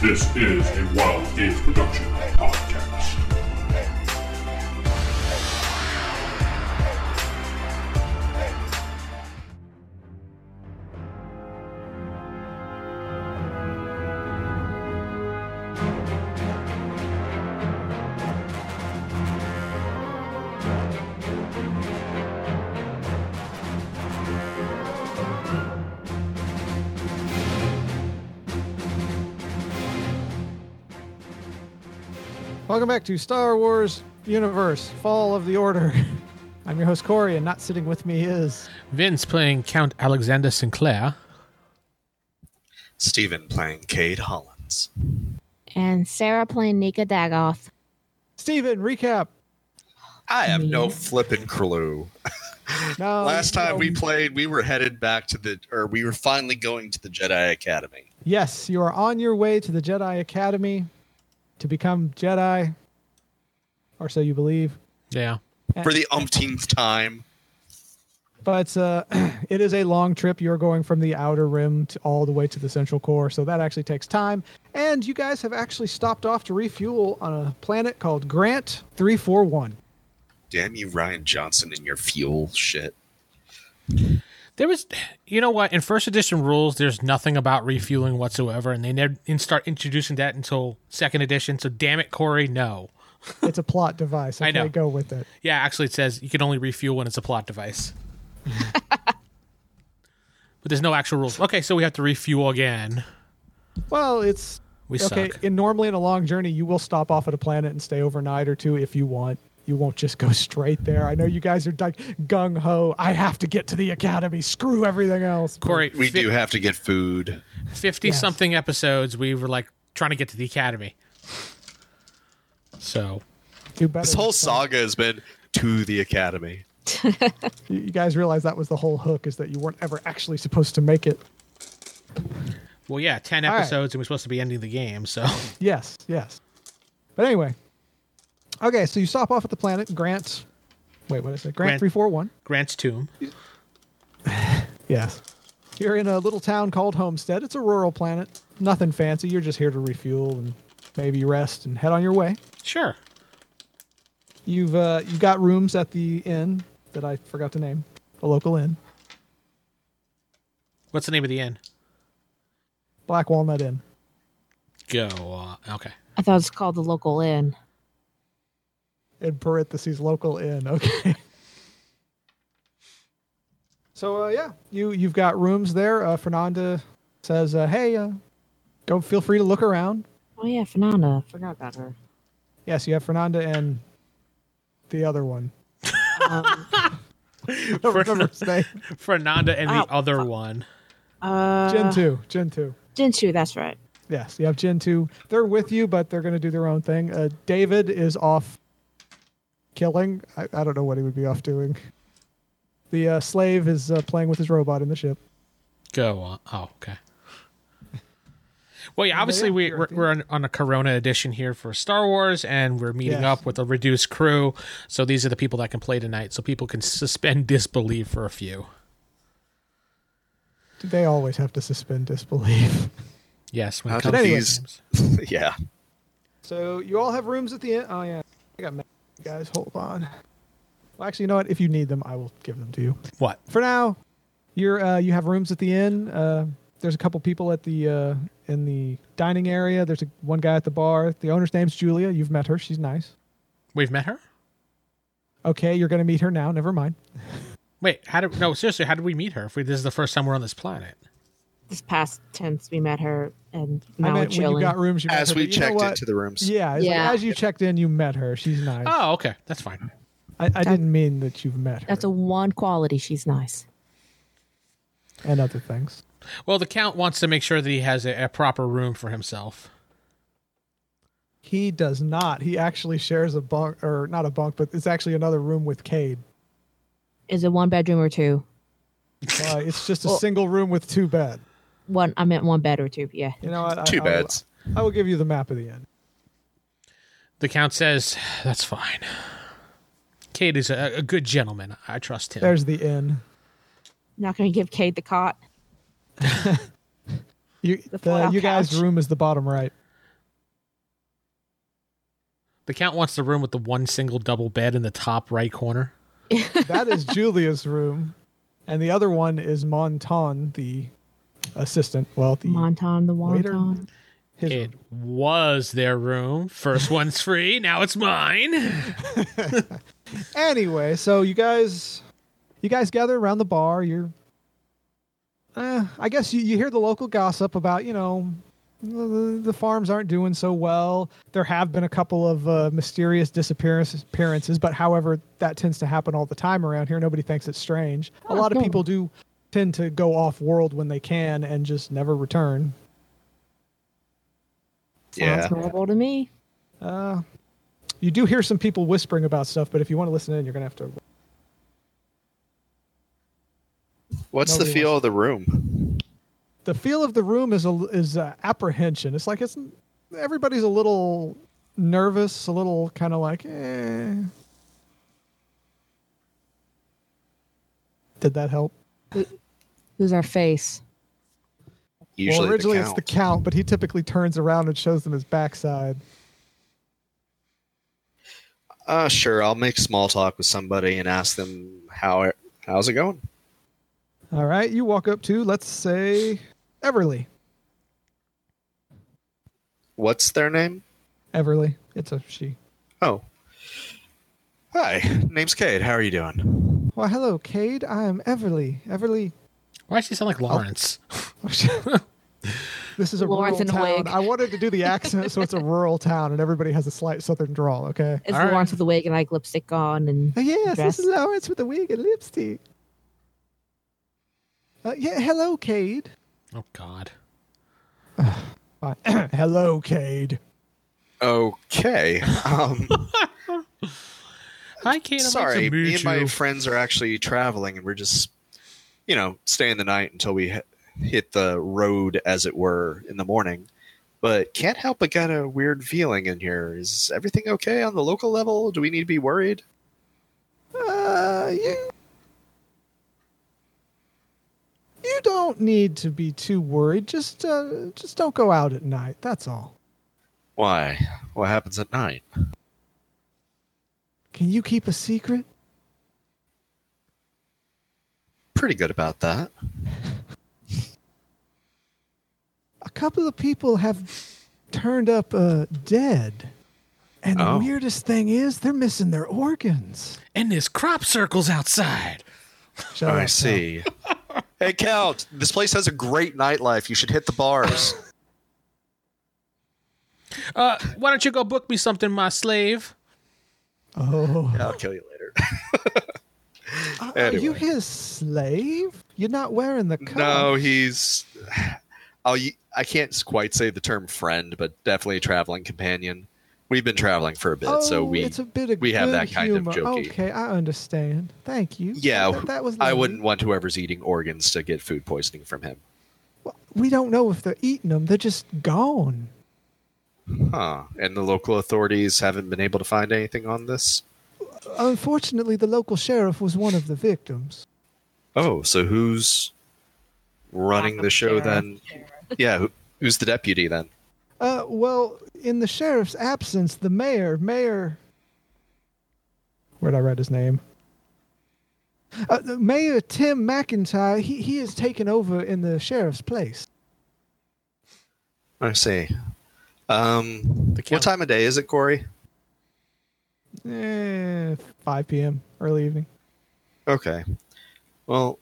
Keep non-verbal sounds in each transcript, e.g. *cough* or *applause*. This is a Wild Age Production podcast. Welcome back to Star Wars Universe Fall of the Order. I'm your host Corey, and not sitting with me is Vince playing Count Alexander Sinclair. Steven playing Cade Hollins. and Sarah playing Nika Dagoff. Steven. Recap. I have no Mm. Yeah. flipping clue. No, Last time we no. played, we were headed back to the, or we were finally going to the Jedi Academy. Yes, you are on your way to the Jedi Academy to become Jedi, or so you believe. Yeah. For the umpteenth time, But uh, *clears throat* it is a long trip. You're going from the outer rim to all the way to the central core, so that actually takes time. And you guys have actually stopped off to refuel on a planet called Grant 341. damn you, Ryan Johnson, and your fuel shit. There was, you know what? In first edition rules, there's nothing about refueling whatsoever, and they never didn't start introducing that until second edition. So damn it, Corey, no. It's a plot device. Okay, I know. go with it. Yeah, actually, it says you can only refuel when it's a plot device. *laughs* but there's no actual rules. Okay, so we have to refuel again. Well, it's We okay. suck. And normally in a long journey, you will stop off at a planet and stay overnight or two if you want. You won't just go *laughs* straight there. I know you guys are like gung ho. I have to get to the academy. Screw everything else. Corey, We do have to get food. fifty Yes. something episodes. We were like trying to get to the academy. So Do better. This whole next time. saga has been to the academy. *laughs* You you guys realize that was the whole hook is that you weren't ever actually supposed to make it. Well, yeah, ten right. episodes, and we're supposed to be ending the game. So *laughs* Yes, yes. But anyway, okay. So you stop off at the planet Grant. Wait, what is it? Grant Grant- three four one. Grant's tomb. Yes. You're in a little town called Homestead. It's a rural planet. Nothing fancy. You're just here to refuel and maybe rest and head on your way. Sure. You've uh, you got rooms at the inn that I forgot to name, a local inn, What's the name of the inn? Black Walnut Inn. Go. Uh, okay. I thought it was called the local inn. In parentheses, local inn. *laughs* Okay. so uh, yeah, you you've got rooms there. Uh, Fernanda says, uh, "Hey, uh, go. Feel free to look around." Oh yeah, Fernanda. Forgot about her. Yes, you have Fernanda and the other one. Um, I don't remember his name. Fernanda and Ow. the other one. uh, Gen two. Gen two. Gentoo, that's right. Yes, you have Gen 2. They're with you, but they're going to do their own thing. Uh, David is off killing. I, I don't know what he would be off doing. The uh, slave is uh, playing with his robot in the ship. Go. Uh, oh, okay. Well, yeah. Obviously, yeah, we you're we're, at the we're on, on a Corona edition here for Star Wars, and we're meeting Yes. up with a reduced crew. So these are the people that can play tonight, so people can suspend *laughs* disbelief for a few. They always have to suspend disbelief. *laughs* Yes. When How it did comes to these- games. yeah. So you all have rooms at the end. Oh, yeah. I got ma- Guys, hold on. Well, actually, you know what? If you need them, I will give them to you. What? for now, you're uh, you have rooms at the inn. Uh, there's a couple people at the uh, in the dining area. There's a, one guy at the bar. The owner's name's Julia. You've met her. She's nice. We've met her. Okay, you're gonna meet her now. Never mind. Wait. How did? No. Seriously. How did we meet her? If we, this is the first time we're on this planet. This past tense we met her and now I we're meant when you chilling. got rooms. You met As her, we but you know checked what? into the rooms. Yeah, it's like, Yeah. as you checked in, you met her. She's nice. Oh, okay. That's fine. I, I didn't mean that you've met her That's a one quality. She's nice. and other things. Well, the count wants to make sure that he has a, a proper room for himself. He does not. He actually shares a bunk, or not a bunk, but it's actually another room with Cade. Is it one bedroom or two? Uh, it's just a Well- single room with two beds. One. I meant one bed or two. Yeah. You know what? I- Two I will- beds. I will give you the map of the inn. The count says, "That's fine." Kate is a, a good gentleman. I trust him. There's the inn. Not going to give Kate the cot. You, The the, foil you guys' couch. room is the bottom right. The count wants the room with the one single double bed in the top right corner. that is Julia's room, and the other one is Montan, the assistant. Well, the Monton the Waiter. wonton. his It was their room. First one's free. Now it's mine. anyway so you guys you guys gather around the bar you're eh, i guess you, you hear the local gossip about you know the, the farms aren't doing so well there have been a couple of uh, mysterious disappearances appearances, but however that tends to happen all the time around here nobody thinks it's strange a lot of no. people do tend to go off world when they can and just never return Yeah. Sounds horrible to me. uh, you do hear some people whispering about stuff but if you want to listen in you're going to have to What's the Nobody feel of the room? the feel of the room is a, is uh apprehension. It's like it's everybody's a little nervous, a little kind of like, eh. Did that help? Who's our face? Usually well, originally the it's count. the count, but he typically turns around and shows them his backside. uh, sure, I'll make small talk with somebody and ask them how it, how's it going. All right, you walk up to let's say Everly. What's their name? Everly, it's a she. Oh, hi. Name's Cade. How are you doing? Well, hello, Cade. I'm Everly. Everly. Why does she sound like Oh. Lawrence? *laughs* this is a Lawrence in a rural town. wig. I wanted to do the accent, so it's a rural town, and everybody has a slight southern drawl. Okay. It's All right. Lawrence with the wig and like lipstick on and Uh, Yes, dress. this is Lawrence with the wig and lipstick. Uh, yeah, hello, Cade. Oh God. Fine. *clears throat* hello, Cade. Okay. *laughs* Um, Hi, Kate. I'd like to sorry, me meet and my you. friends are actually traveling, and we're just, you know, staying the night until we h- hit the road, as it were, in the morning. But can't help but get a weird feeling in here. Is everything okay on the local level? Do we need to be worried? Uh, you. You don't need to be too worried. Just, uh, just don't go out at night. That's all. Why? What happens at night? Can you keep a secret? Pretty good about that. A couple of people have turned up uh, dead, and Oh. the weirdest thing is they're missing their organs. And there's crop circles outside. Shut up, I Tom. see. Oh, *laughs* hey, Count, this place has a great nightlife. You should hit *laughs* the bars. Uh, why don't you go book me something, my slave? Oh. Uh, I'll kill you later. Are- Are Anyway. you his slave? You're not wearing the cuff. *laughs* No, he's. I'll, y- I can't quite say the term friend, but definitely a traveling companion. We've been traveling for a bit, Oh, so we. it's a bit of we have good that kind of humor. jokey. Okay, I understand. Thank you. Yeah, that, that was. I lovely. wouldn't want whoever's eating organs to get food poisoning from him. We don't know if they're eating them. They're just gone. Huh. And the local authorities haven't been able to find anything on this? Unfortunately, the local sheriff was one of the victims. Oh, so who's running the show then? Yeah, who, who's the deputy then? Uh, well, in the sheriff's absence, the mayor, Mayor. Where'd I write his name? Uh, the mayor Tim McIntyre, he, he has taken over in the sheriff's place. I see. Um, The what count. time of day is it, Corey? Eh, 5 p.m., early evening. Okay. Well,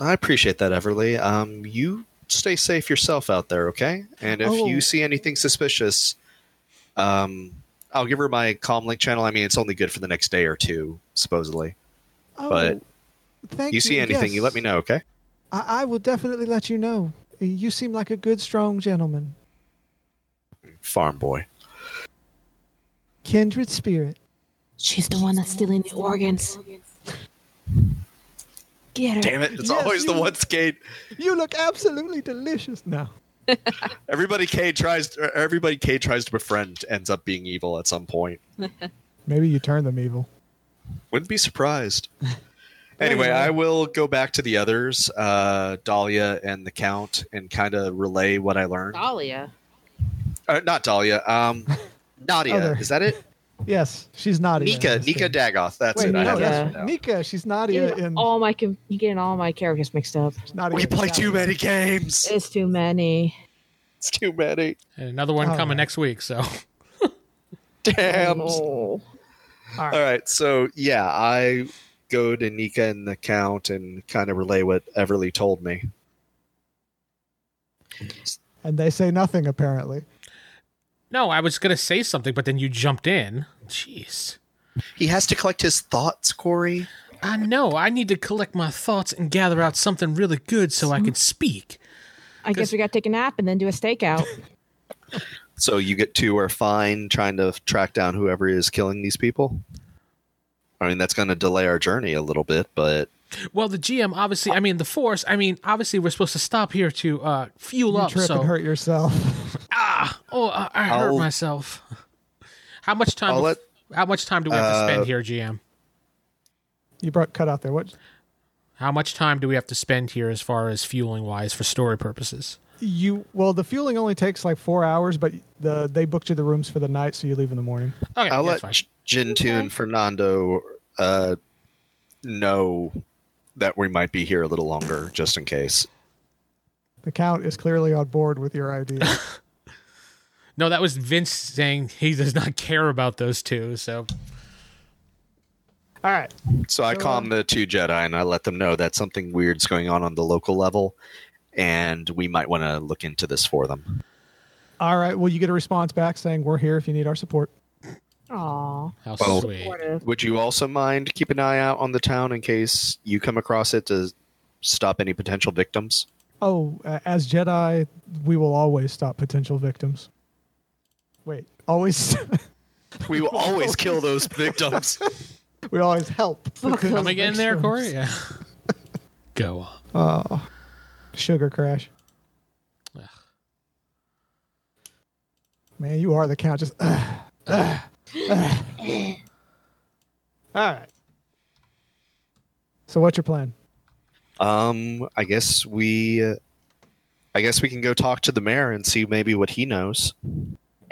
I appreciate that, Everly. Um, you stay safe yourself out there, okay? And if Oh. you see anything suspicious, um, I'll give her my comm link channel. I mean, it's only good for the next day or two, supposedly. Oh, But thank you see anything, you let yes. me know, okay? I, I will definitely let you know. You seem like a good, strong gentleman. Farm boy. Kindred spirit. she's the one that's stealing the organs. Get her. Damn it! It's Yes, always you- the one skate. You look absolutely delicious now. Everybody K tries. To, everybody K tries to befriend ends up being evil at some point. Maybe you turn them evil. Wouldn't *laughs* be surprised. anyway, I will go back to the others, uh, Dahlia and the Count, and kind of relay what I learned. Dahlia. *laughs* Uh, not Dahlia. Um, Nadia. Other. Is that it? Yes, she's Nadia. in Nika this Nika thing. Dagoth. That's Wait, it. I no, have that that's one now. Nika. She's You're Nadia getting in all my com- you getting all my characters mixed up. Nadia We in play Shadow. too *laughs* many games. It's too many. It's too many. And another one Oh, All coming right. next week. So Damn. Oh. All right. All right, so yeah, I go to Nika and the Count and kind of relay what Everly told me. And they say nothing apparently. no, I was gonna say something, but then you jumped in. Jeez. He has to collect his thoughts, Corey. I know. I need to collect my thoughts and gather out something really good so I can speak. I guess we got to take a nap and then do *laughs* a stakeout. So you get two are fine trying to track down whoever is killing these people. I mean, that's going to delay our journey a little bit, but Well, the GM obviously. I mean, the force. I mean, obviously, we're supposed to stop here to uh, fuel Oh, You up. trip So and hurt yourself. *laughs* ah, oh, I, I hurt I'll- myself. *laughs* How much time? I'll let how much time do we have uh, to spend here, GM? you brought cut out there. What? How much time do we have to spend here as far as fueling wise for story purposes? You well, the fueling only takes like four hours, but the they booked you the rooms for the night, so you leave in the morning. Okay, I'll that's fine. let Jintu and Fernando uh, know that we might be here a little longer, just in case. The count is clearly on board with your *laughs* idea. No, that was Vince saying he does not *laughs* care about those two. So All right. So I calm the two Jedi and I let them know that something weird's going on on the local level, and we might want to look into this for them. All right. Well, you get a response back saying we're here if you need our support. Aw. how Well- sweet. supportive. Would you also mind keep an eye out on the town in case you come across it to stop any potential victims? Oh, uh, as Jedi, we will always stop potential victims. Wait, always. *laughs* We will always kill *laughs* those victims. we always help. Come again there, Corey? Yeah. *laughs* Go on. Oh. Sugar crash. Ugh. Man, you are the count. Just. ugh, ugh, ugh. All right. So, what's your plan? Um, I guess we, uh, I guess we can go talk to the mayor and see maybe what he knows.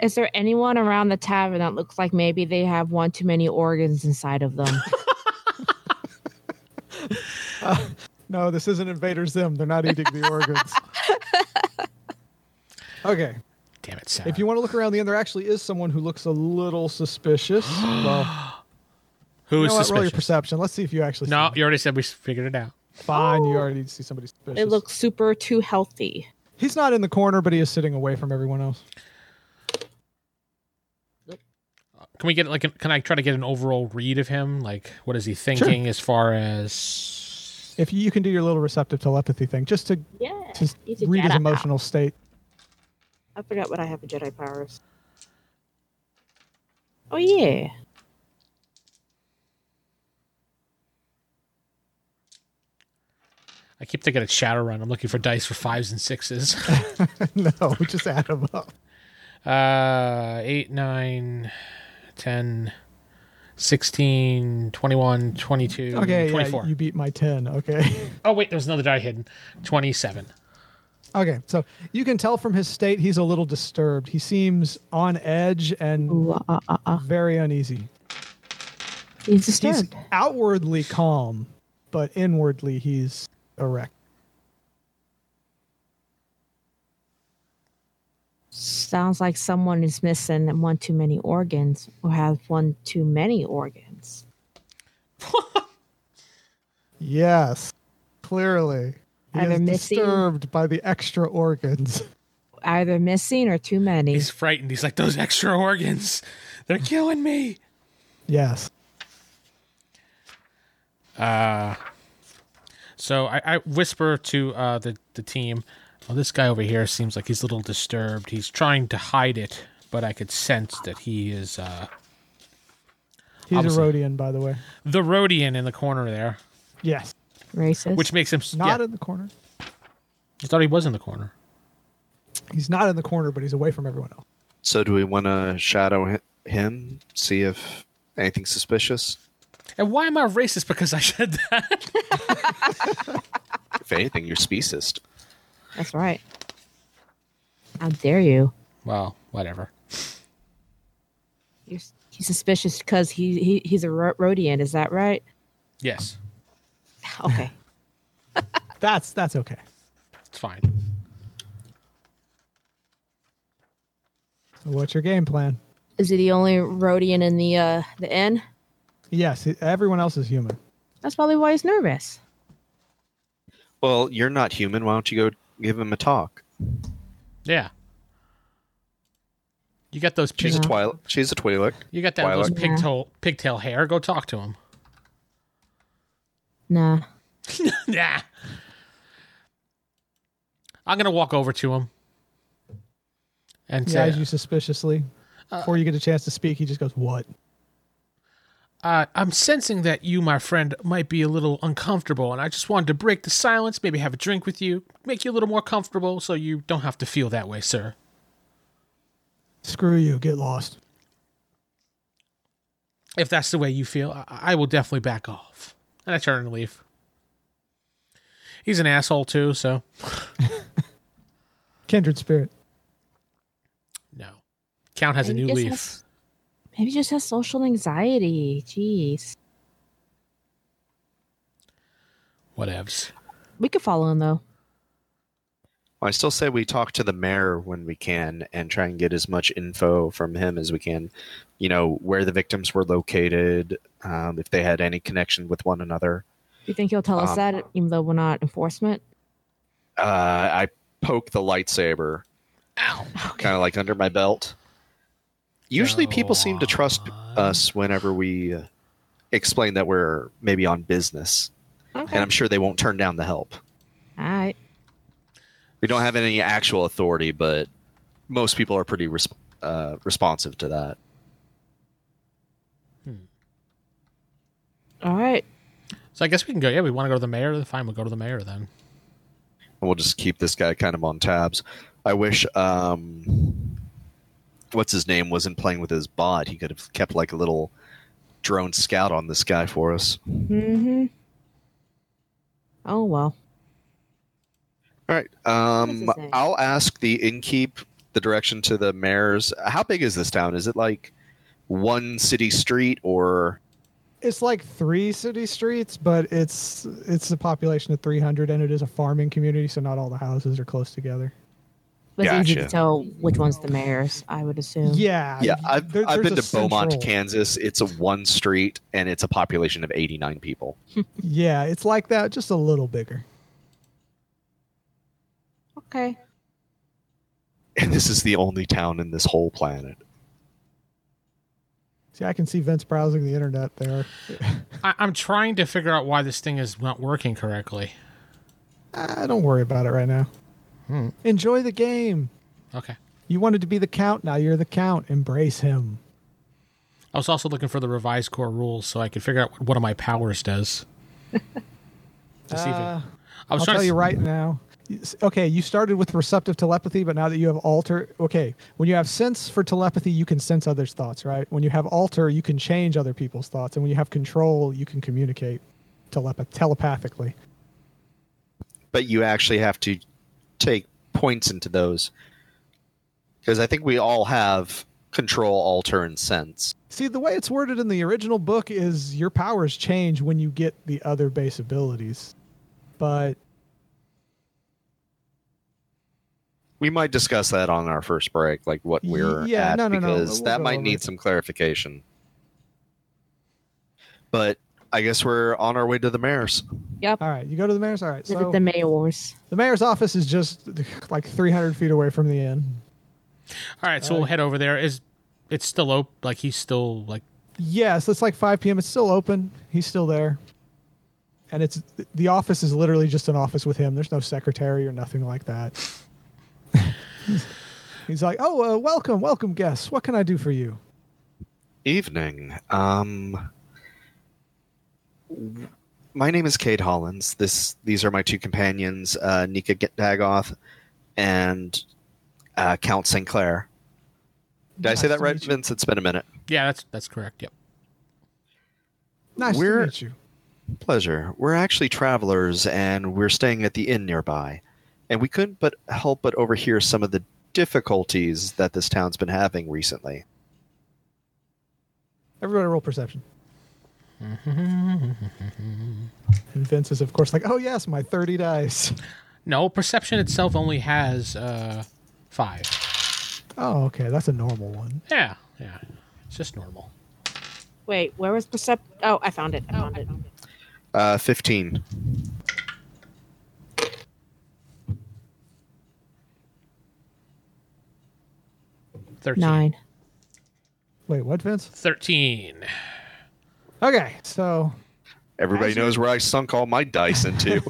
Is there anyone around the tavern that looks like maybe they have one too many organs inside *laughs* of them? No, this isn't Invaders Zim. They're not eating the organs. Okay. Damn it, Sarah. If you want to look around the end, there actually is someone who looks a little *gasps* suspicious. Well, Who you is know what? Roll your suspicious? perception. Let's see if you actually. No, see you already said we figured it out. him. fine. You already see somebody suspicious. it looks super too healthy. He's not in the corner, but he is sitting away from everyone else. Can we get like? an- Can I try to get an overall read of him? Like, what is he thinking as far as? If you, you can do your little receptive telepathy thing, just to Yeah. *laughs* just He's a read his Jedi. emotional state. *laughs* I forgot what I have for Jedi powers. Oh yeah. I keep thinking of Shadowrun. I'm looking for dice for fives and sixes. *laughs* no, just add him up. Uh, 8, 9, 10, 16, 21, 22, Okay, yeah, 24. you beat my ten. Okay. *laughs* Oh, wait, there's another die hidden. 27. Okay, so you can tell from his state he's a little disturbed. He seems on edge and Ooh, uh, uh, uh, uh. very uneasy. He's He's disturbed. outwardly calm, but inwardly he's erect. Sounds like someone is missing one too many organs or has one too many organs. Yes, clearly. He Either is missing- disturbed by the extra organs. *laughs* Either missing or too many. He's frightened. He's like, those extra organs, they're killing me. Yes. So I, I whisper to uh, the, the team, well, this guy over here seems like he's a little disturbed. He's trying to hide it, but I could sense that he is uh, He's Obviously. a Rhodian, by the way. the Rhodian in the corner there, Yes. Racist. which makes him. Not yeah, in the corner. I thought he was in the corner. He's not in the corner, but he's away from everyone else. So do we want to shadow hi- him, see if anything suspicious? And why am I racist because I said that? *laughs* If anything, you're speciest. That's right. How dare you? Well, whatever. You're s- he's suspicious because he, he he's a Ro- Rhodian. Is that right? *sighs* Yes, Okay. That's that's okay. it's fine. So what's your game plan? *laughs* Is he the only Rhodian in the uh the inn? Yes, e, everyone else is human. That's probably why he's nervous. Well, you're not human. Why don't you go give him a talk? Yeah. You got those pig, She's a twilight. She's a Twi'lek. you got that those Twilight. pigtail pigtail hair. Go talk to him. Nah. *laughs* nah. I'm gonna walk over to him and He say, eyes you suspiciously. Before you get a chance to speak, he just goes, "What?" uh, I'm sensing that you, my friend, might be a little uncomfortable, and I just wanted to break the silence, maybe have a drink with you, make you a little more comfortable so you don't have to feel that way, sir. Screw you. Get lost. If that's the way you feel, I, I will definitely back off. And I turn and leave. He's an asshole, too, so Kindred spirit. no. Count has a Maybe new just leaf. has- maybe he just has social anxiety. Jeez. Whatevs. We could follow him though. I still say we talk to the mayor when we can and try and get as much info from him as we can. You know, where the victims were located, um, if they had any connection with one another. You think he'll tell us Um, that, even though we're not enforcement? Uh, I poke the lightsaber Ow. kind of like under my belt. Usually Go people seem to trust on. us whenever we uh, explain that we're maybe on business, Okay. and I'm sure they won't turn down the help. All right. We don't have any actual authority, but most people are pretty resp- uh, responsive to that. All right. So I guess we can go. Yeah, we want to go to the mayor. Fine, we'll go to the mayor then. and we'll just keep this guy kind of on tabs. I wish um what's his name wasn't playing with his bot. He could have kept like a little drone scout on this guy for us. Mm-hmm. Oh well. All right. What Um does it say? I'll ask the innkeep the direction to the mayor's. How big is this town? Is it like one city street or It's like three city streets, but it's it's a population of 300, and it is a farming community, so not all the houses are close together. But it's easy to Gotcha. tell which one's the mayor's, I would assume. Yeah. yeah, I've, there- I've there's been a to Beaumont, central- Kansas. It's a one street and it's a population of 89 people. *laughs* Yeah, it's like that, just a little bigger. Okay. And this is the only town in this whole planet. See, I can see Vince browsing the internet there. I, I'm trying to figure out why this thing is not working correctly. Ah, don't worry about it right now. Enjoy the game. Okay. You wanted to be the count, now you're the count. Embrace him. I was also looking for the revised core rules so I could figure out what one of my powers *laughs* does. to see if it- Uh, I was I'll trying tell to you right now. Yes, Okay, you started with receptive telepathy, but now that you have alter, okay, when you have sense for telepathy, you can sense others' thoughts, right? When you have alter, you can change other people's thoughts, and when you have control, you can communicate telepath telepathically. but you actually have to take points into those because I think we all have control, alter, and sense. See, the way it's worded in the original book is your powers change when you get the other base abilities, but We might discuss that on our first break, like what Ye- we're yeah, at, no, no, no, because we'll that go might over need it. some clarification. But I guess we're on our way to the mayor's. Yep. all right, you go to the mayor's. All right, Visit so the mayor's. the mayor's office is just like 300 feet away from the inn. All right, so we'll head over there. Is it's still open? Like he's still like Yes, it's like 5 p.m. It's still open. He's still there. And it's the office is literally just an office with him. There's no secretary or nothing like that. He's like, "Oh, uh, welcome, welcome guests. What can I do for you?" Evening. Um, w- my name is Cade Hollins. This these are my two companions, uh, Nika G- Dagoth and uh, Count Sinclair. Did I Nice say that to right, meet you. Vince? It's been a minute. yeah, that's that's correct. Yep. Nice We're- to meet you. Pleasure. We're actually travelers, and we're staying at the inn nearby, and we couldn't but help but overhear some of the difficulties that this town's been having recently. Everybody roll perception. and Vince is, of course, like, oh, yes, my 30 dice. No, perception itself only has uh, five. Oh, okay. That's a normal one. Yeah, yeah. It's just normal. Wait, where was percept? Oh, I found it. I found it. Uh, 15. Thirteen. Nine. Wait, what, Vince? Thirteen. Okay. So, Everybody knows where I sunk all my *laughs* dice into.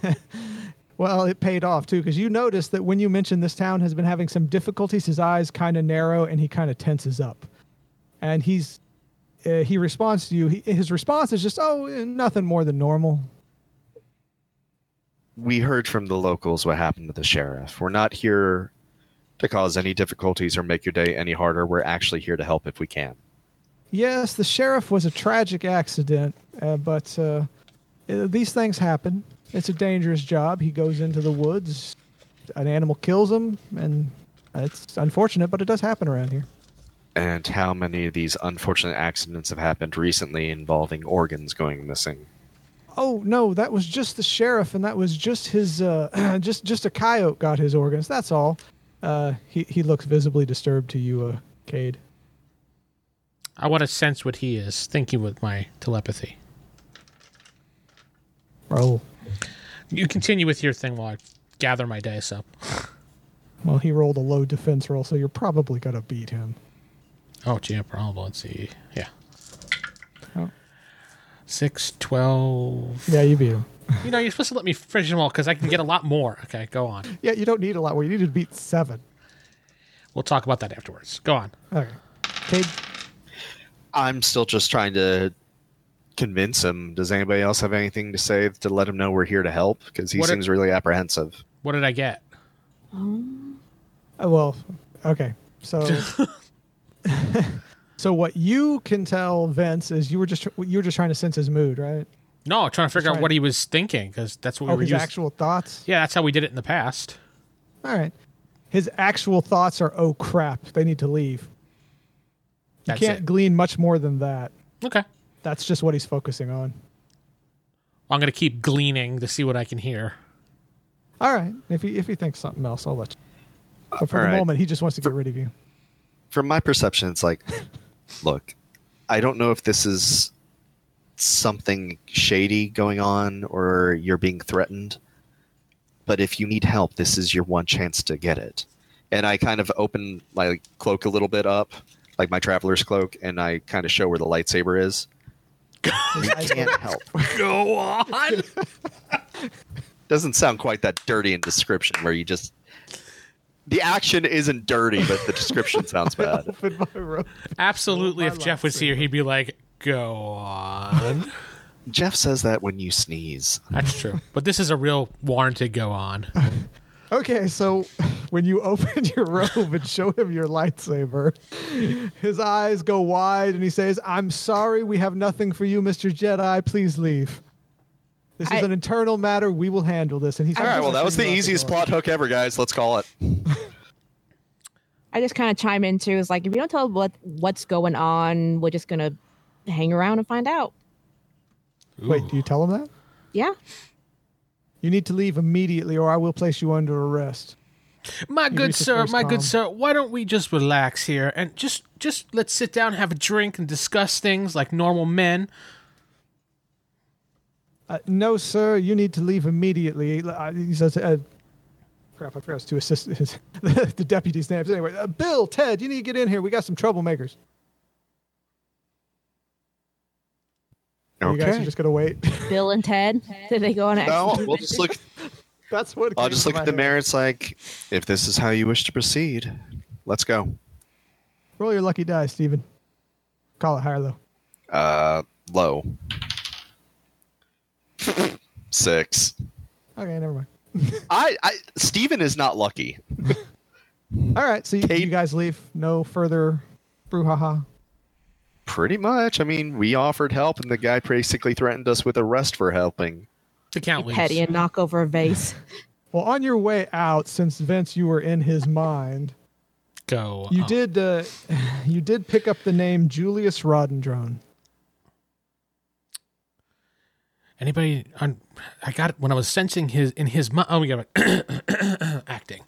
well, it paid off, too, because you noticed that when you mentioned this town has been having some difficulties, his eyes kind of narrow and he kind of tenses up. And he's. Uh, he responds to you. He, his response is just, "Oh, eh, nothing more than normal." we heard from the locals what happened to the sheriff. We're not here to cause any difficulties or make your day any harder. We're actually here to help if we can. Yes, the sheriff was a tragic accident, uh, but uh, uh, these things happen. It's a dangerous job. He goes into the woods, an animal kills him, and it's unfortunate, but it does happen around here. And how many of these unfortunate accidents have happened recently involving organs going missing? Oh no, that was just the sheriff, and that was just his, uh, *clears throat* just just a coyote got his organs. That's all. Uh, he he looks visibly disturbed to you, uh, Cade. I want to sense Uh, what he is thinking with my telepathy. Roll. You continue with your thing while I gather my dice up. Well, he rolled a low defense roll, so you're probably gonna beat him. Oh, yeah, probably. Let's see. Yeah. Oh. Six, twelve. Yeah, you beat him. You know, you're supposed to let me finish them all because I can get a lot more. Okay, go on. Yeah, you don't need a lot. Well, you need to beat seven. We'll talk about that afterwards. Go on. Okay. Cade, I'm still just trying to convince him. Does anybody else have anything to say to let him know we're here to help? Because he What if- seems really apprehensive. What did I get? Uh, well, okay. *laughs* So, so what you can tell Vince is you were just you were just trying to sense his mood, right? No, trying to figure out right. what he was thinking because that's what we Oh, were his using. actual thoughts. yeah, that's how we did it in the past. All right. His actual thoughts are, oh crap, they need to leave. You That's can't it. glean much more than that. Okay. That's just what he's focusing on. I'm going to keep gleaning to see what I can hear. All right. If he if he thinks something else, I'll let you. But for All the right. moment, he just wants to get rid of you. From my perception, it's like, look, I don't know if this is something shady going on or you're being threatened, but if you need help, this is your one chance to get it. And I kind of open my cloak a little bit up, like my traveler's cloak, and I kind of show where the lightsaber is. We can't help. *laughs* Go on. doesn't sound quite that dirty in description where you just the action isn't dirty but the description *laughs* sounds bad Open my rope. Absolutely. Well, if my Jeff was here, he'd be like, *laughs* go on. jeff says that when you sneeze That's true. But this is a real warranted go on. Okay, so *laughs* when you open your robe and show him your lightsaber, his eyes go wide and he says, I'm sorry, we have nothing for you, Mr. Jedi. Please leave. This I- is an internal matter. We will handle this. And he's All right, well, hook ever guys let's call it I just kind of chime in too. It's like if you don't tell us what what's going on, we're just gonna hang around and find out. Wait, do you tell him that? Yeah. You need to leave immediately or I will place you under arrest. My good reach the sir, first my column. good sir, why don't we just relax here and just just let's sit down, have a drink, and discuss things like normal men. Uh, no, sir, you need to leave immediately. Uh, He says, uh, crap, I forgot it's two assistants, *laughs* the deputy's names. Anyway, uh, Bill, Ted, you need to get in here. We got some troublemakers. You guys are okay just going to wait. *laughs* Bill and Ted. Did they go on an no, accident? we'll just look. That's what. I'll came just to look my at the head. mayor. It's like, if this is how you wish to proceed, let's go. Roll your lucky die, Steven. Call it high or low. Uh, low. Six. Okay, never mind. I, I. Steven is not lucky. All right, so you, Kate- you guys leave. No further brouhaha. Pretty much. I mean, we offered help, and the guy basically threatened us with arrest for helping. The count leaves. Petty and knock over a vase. Well, on your way out, since Vince, you were in his mind, Go. you *laughs* on. did uh, you did pick up the name Julius Rodendron. Anybody? On, I got it when I was sensing his in his mind. Oh, we got *coughs* acting.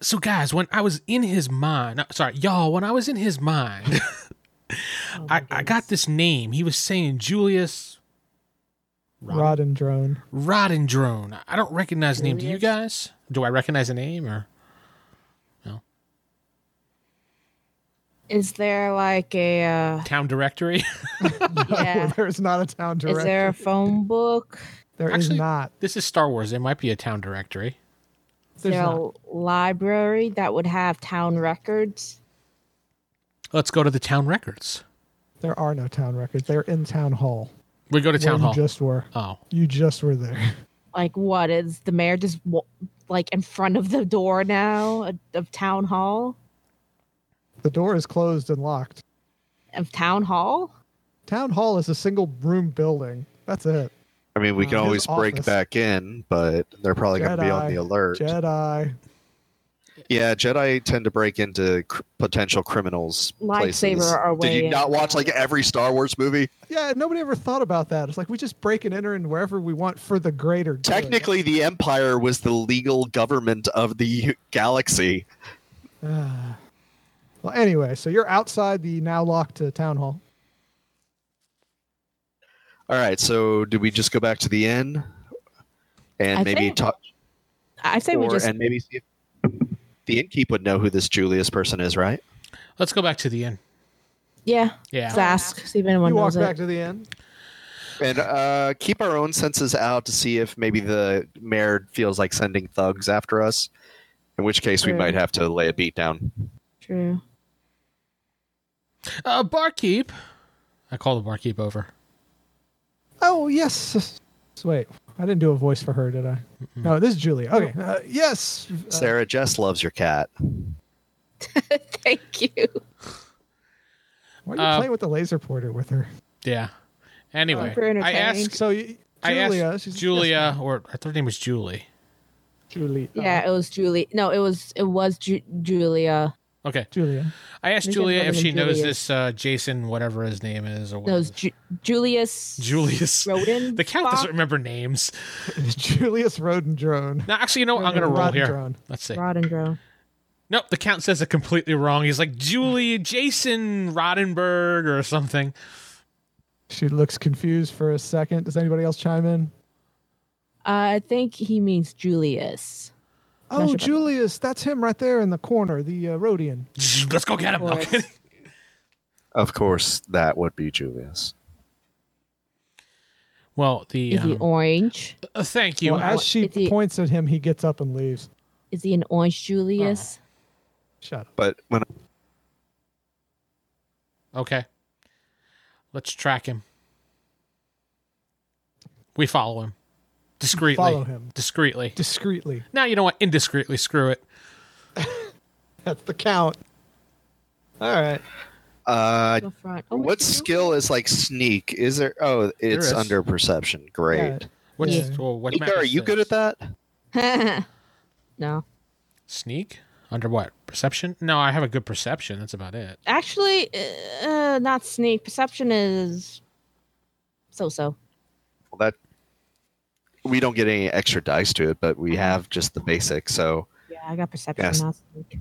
So, guys, when I was in his mind, uh, sorry, y'all, when I was in his *laughs* mind, *laughs* Oh I, I got this name. He was saying Julius Rod and drone. Rodendrone. I don't recognize the name. Do you Julius? guys? Do I recognize the name or? Is there like a uh, town directory. *laughs* *laughs* yeah? There's not a town *laughs* Is director. there a phone book? there is Actually- not. this is Star Wars. There might be a town directory. Is There's there a library that would have town records? Let's go to the town records. There are no town records. They're in town hall. We go to where town hall. You just were. oh, You just were there. *laughs* Like what is the mayor just wa- like in front of the door now of town hall The door is closed and locked. of town hall? Town hall is a single room building. That's it. I mean, we Uh, can his always break office. back in, but they're probably going to be on Jedi. the alert. Jedi. Yeah, Jedi tend to break into cr- potential criminals. Lightsaber places. are Did way you in. not watch like every Star Wars movie? Yeah, nobody ever thought about that. It's like we just break and enter in wherever we want for the greater good. Technically, the Empire was the legal government of the galaxy. Ah. well, anyway, so you're outside the now locked uh, town hall. All right, so do we just go back to the inn and I maybe think- talk, I say we or, just and maybe see if the innkeep would know who this Julius person is, right? let's go back to the inn. yeah, Yeah. just ask see if anyone you walk knows back it. to the inn. And uh, keep our own senses out to see if maybe the mayor feels like sending thugs after us. In which case, we True. might have to lay a beat down. True. Uh, barkeep. I call the barkeep over. Oh yes. So wait, I didn't do a voice for her, did I? No, this is Julia. Oh. Okay. Uh, yes. uh, Sarah Jess loves your cat. *laughs* Thank you. why are you Uh, playing with the laser pointer with her? Yeah. Anyway, we're I entertained. asked So you, I asked Julia. she's, Julia, or I thought her name was Julie. Yes, Julia. Yeah, it was Julie. No, it was it was Ju- Julia. Okay, Julia. *laughs* I asked We can Julia call if him she knows Julius. this uh, Jason, whatever his name is, or No, it whatever. was Ju- Julius. Julius. *laughs* Roden. The cat doesn't Fox? remember names. Julius Rodendrone. No, actually, you know what? I'm gonna roll here. Rodendrone. Let's see. Rodendro. Nope, the count says it completely wrong. He's like Julie, Jason Roddenberg, or something. She looks confused for a second. Does anybody else chime in? Uh, I think he means Julius. Oh, sure about that. Julius, that's him right there in the corner, the uh, Rhodian. *laughs* Let's go get him. Of Okay. course. Of course, that would be Julius. Well, the Is he um, orange? uh, thank you. Well, I- as she Is he- points at him, he gets up and leaves. Is he an orange Julius? Shut up. But when Okay. Let's track him. We follow him. Discreetly. Follow him Discreetly. discreetly. Now you know what? Indiscreetly. Screw it. That's the count. All right. uh, Go front. Oh, what it's Julius. skill is like sneak? Is there? Oh, it's is. under perception. Great. Yeah. What's, Yeah. well, what Nika, map are is you this? good at that? *laughs* no. Sneak? Under what? Perception? No, I have a good perception. That's about it. Actually, uh, uh, not sneak. Perception is so so. Well, that we don't get any extra dice to it, but we have just the basic. So Yeah, I got perception, Yes. not sneak.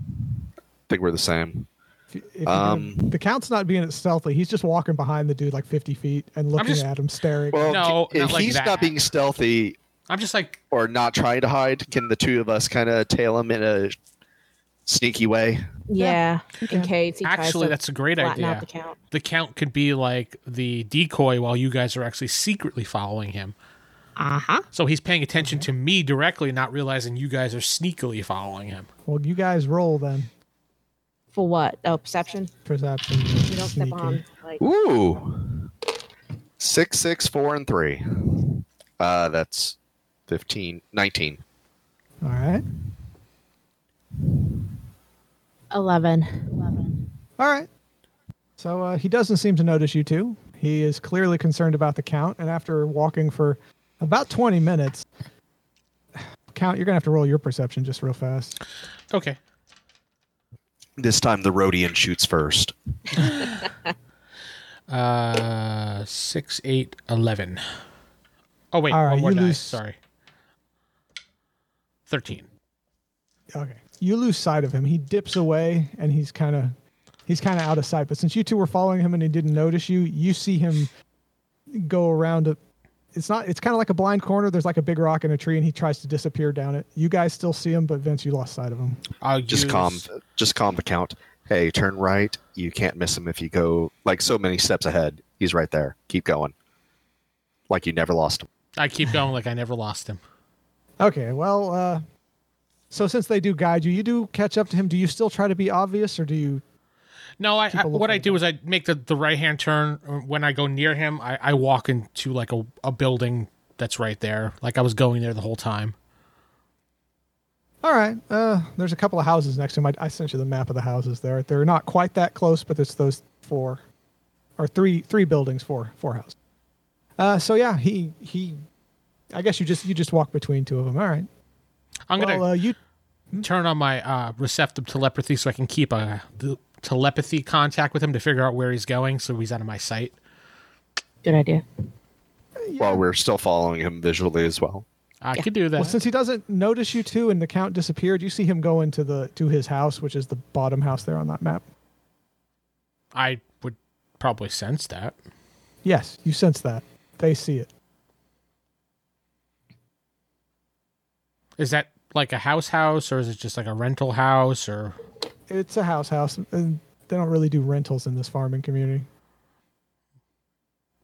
I think we're the same. If, you- if you Um, do- the count's not being stealthy. He's just walking behind the dude like 50 feet and looking just- at him, staring. Well, No, if not like he's that. not being stealthy I'm just like, or not trying to hide, can the two of us kind of tail him in a sneaky way? Yeah, in can. case he actually, tries that's a great to flatten idea. out the count. The count could be like the decoy while you guys are actually secretly following him. Uh huh. So he's paying attention to me directly, not realizing you guys are sneakily following him. well, you guys roll then. For what? Oh, perception. Perception. You don't step on. Like, Ooh, six, six, four, and three. Uh, that's 15, 19. All right. Eleven. Eleven. All right. So uh, he doesn't seem to notice you two. He is clearly concerned about the count, and after walking for about 20 minutes, *sighs* count, you're gonna have to roll your perception just real fast. Okay. This time the Rhodian shoots first. Uh, six, eight, eleven. Oh wait, All right, one more you die. lose- Sorry. Thirteen. Okay. You lose sight of him. He dips away and he's kind of he's kind of out of sight. But since you two were following him and he didn't notice you, you see him go around a it's not it's kind of like a blind corner. There's like a big rock and a tree and he tries to disappear down it. You guys still see him, but Vince you lost sight of him. I'll Just use- calm, just calm the count. Hey, turn right. You can't miss him if you go like so many steps ahead. He's right there. Keep going. Like you never lost him. I keep going like I never lost him. Okay. Well, uh so since they do guide you, you do catch up to him. Do you still try to be obvious or do you No, I, I a what I lookout. do is I make the, the right hand turn uh, when I go near him. I, I walk into like a, a building that's right there. Like I was going there the whole time. All right. Uh, there's a couple of houses next to him. I, I sent you the map of the houses there. They're not quite that close, but it's those four or three three buildings, four four houses. Uh, so yeah, he he. I guess you just you just walk between two of them. All right. I'm gonna well, uh, you turn on my uh, receptive telepathy so I can keep a the telepathy contact with him to figure out where he's going, so he's out of my sight. Good idea. While we're still following him visually as well. I could do that. well since he doesn't notice you two and the count disappeared, you see him go into the to his house, which is the bottom house there on that map. I would probably sense that. Yes, you sense that. They see it. Is that like a house house or is it just like a rental house or It's a house house, and they don't really do rentals in this farming community.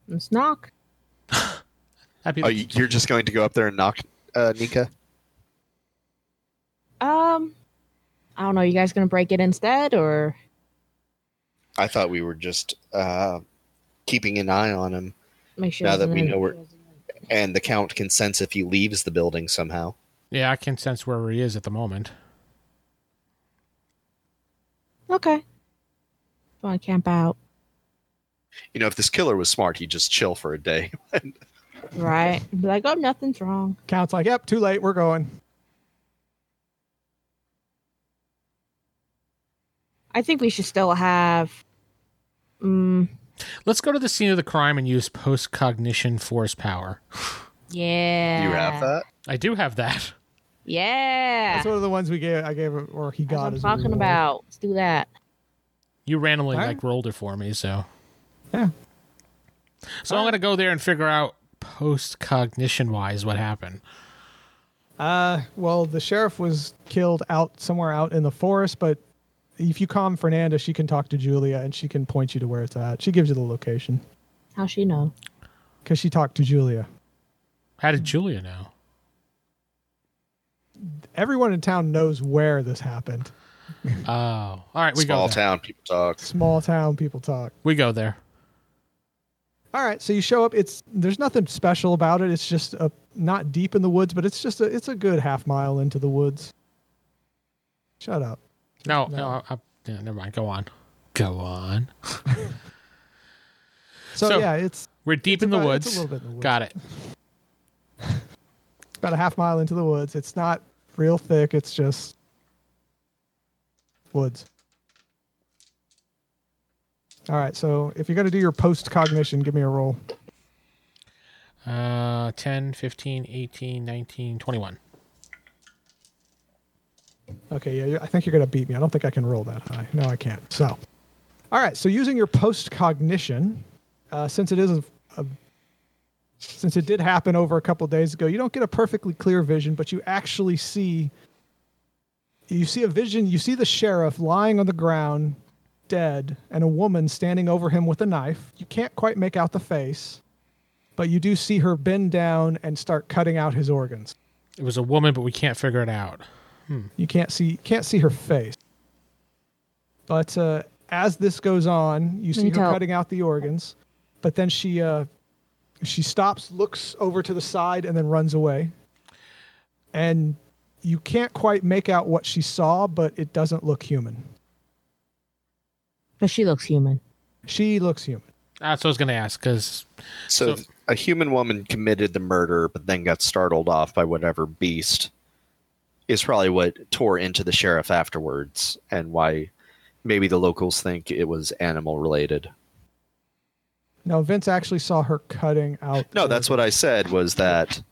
Let's knock. that'd be Oh, you- you're just going to go up there and knock uh, Nika? Um, I don't know. You guys gonna break it instead, or I thought we were just uh, keeping an eye on him, make sure? Now there's that we another- know we're- and the count can sense if he leaves the building somehow. Yeah, I can sense where he is at the moment. Okay. Want to camp out, You know, if this killer was smart, he'd just chill for a day. *laughs* right? Be like, oh, nothing's wrong. Count's like, "Yep, too late. We're going." I think we should still have. Mm, Let's go to the scene of the crime and use post cognition force power. yeah. You have that? I do have that. Yeah. That's one of the ones we gave. I gave, or he got. That's what I'm as a talking reward. about. Let's do that. You randomly All right. like rolled it for me, so Yeah. So I'm gonna go there and figure out post cognition wise what happened. Uh, well, the sheriff was killed out somewhere out in the forest, but if you calm Fernanda, she can talk to Julia and she can point you to where it's at. She gives you the location How she know? because she talked to Julia. How did Julia know? Everyone in town knows where this happened. Oh, all right, we Small go. There. town people talk. Small town people talk. We go there. All right, so you show up. It's there's nothing special about it. It's just a not deep in the woods, but it's just a it's a good half mile into the woods. Shut up. No, no, I, I, yeah, never mind. Go on. Go on. So, So- yeah, it's We're deep in the about- it's a woods. little bit in the woods. Got it. about a half mile into the woods. It's not real thick. It's just woods. All right. So if you're going to do your post cognition, give me a roll. Uh, 10, 15, 18, 19, 21. Okay. Yeah. you're- I think you're going to beat me. I don't think I can roll that high. No, I can't. So, all right. So using your post cognition, uh, since it is a, a since it did happen over a couple days ago, you don't get a perfectly clear vision, but you actually see you see a vision, you see the sheriff lying on the ground dead and a woman standing over him with a knife. You can't quite make out the face, but you do see her bend down and start cutting out his organs. It was a woman, but we can't figure it out. You can't see can't see her face. But uh, as this goes on, you see her can tell. cutting out the organs, but then she uh, she stops, looks over to the side, and then runs away. And you can't quite make out what she saw, but it doesn't look human. But she looks human. She looks human. That's what I was going to ask because So, So- a human woman committed the murder, but then got startled off by whatever beast is probably what tore into the sheriff afterwards, and why maybe the locals think it was animal related. No, Vince actually saw her cutting out. No, that's what I said was that,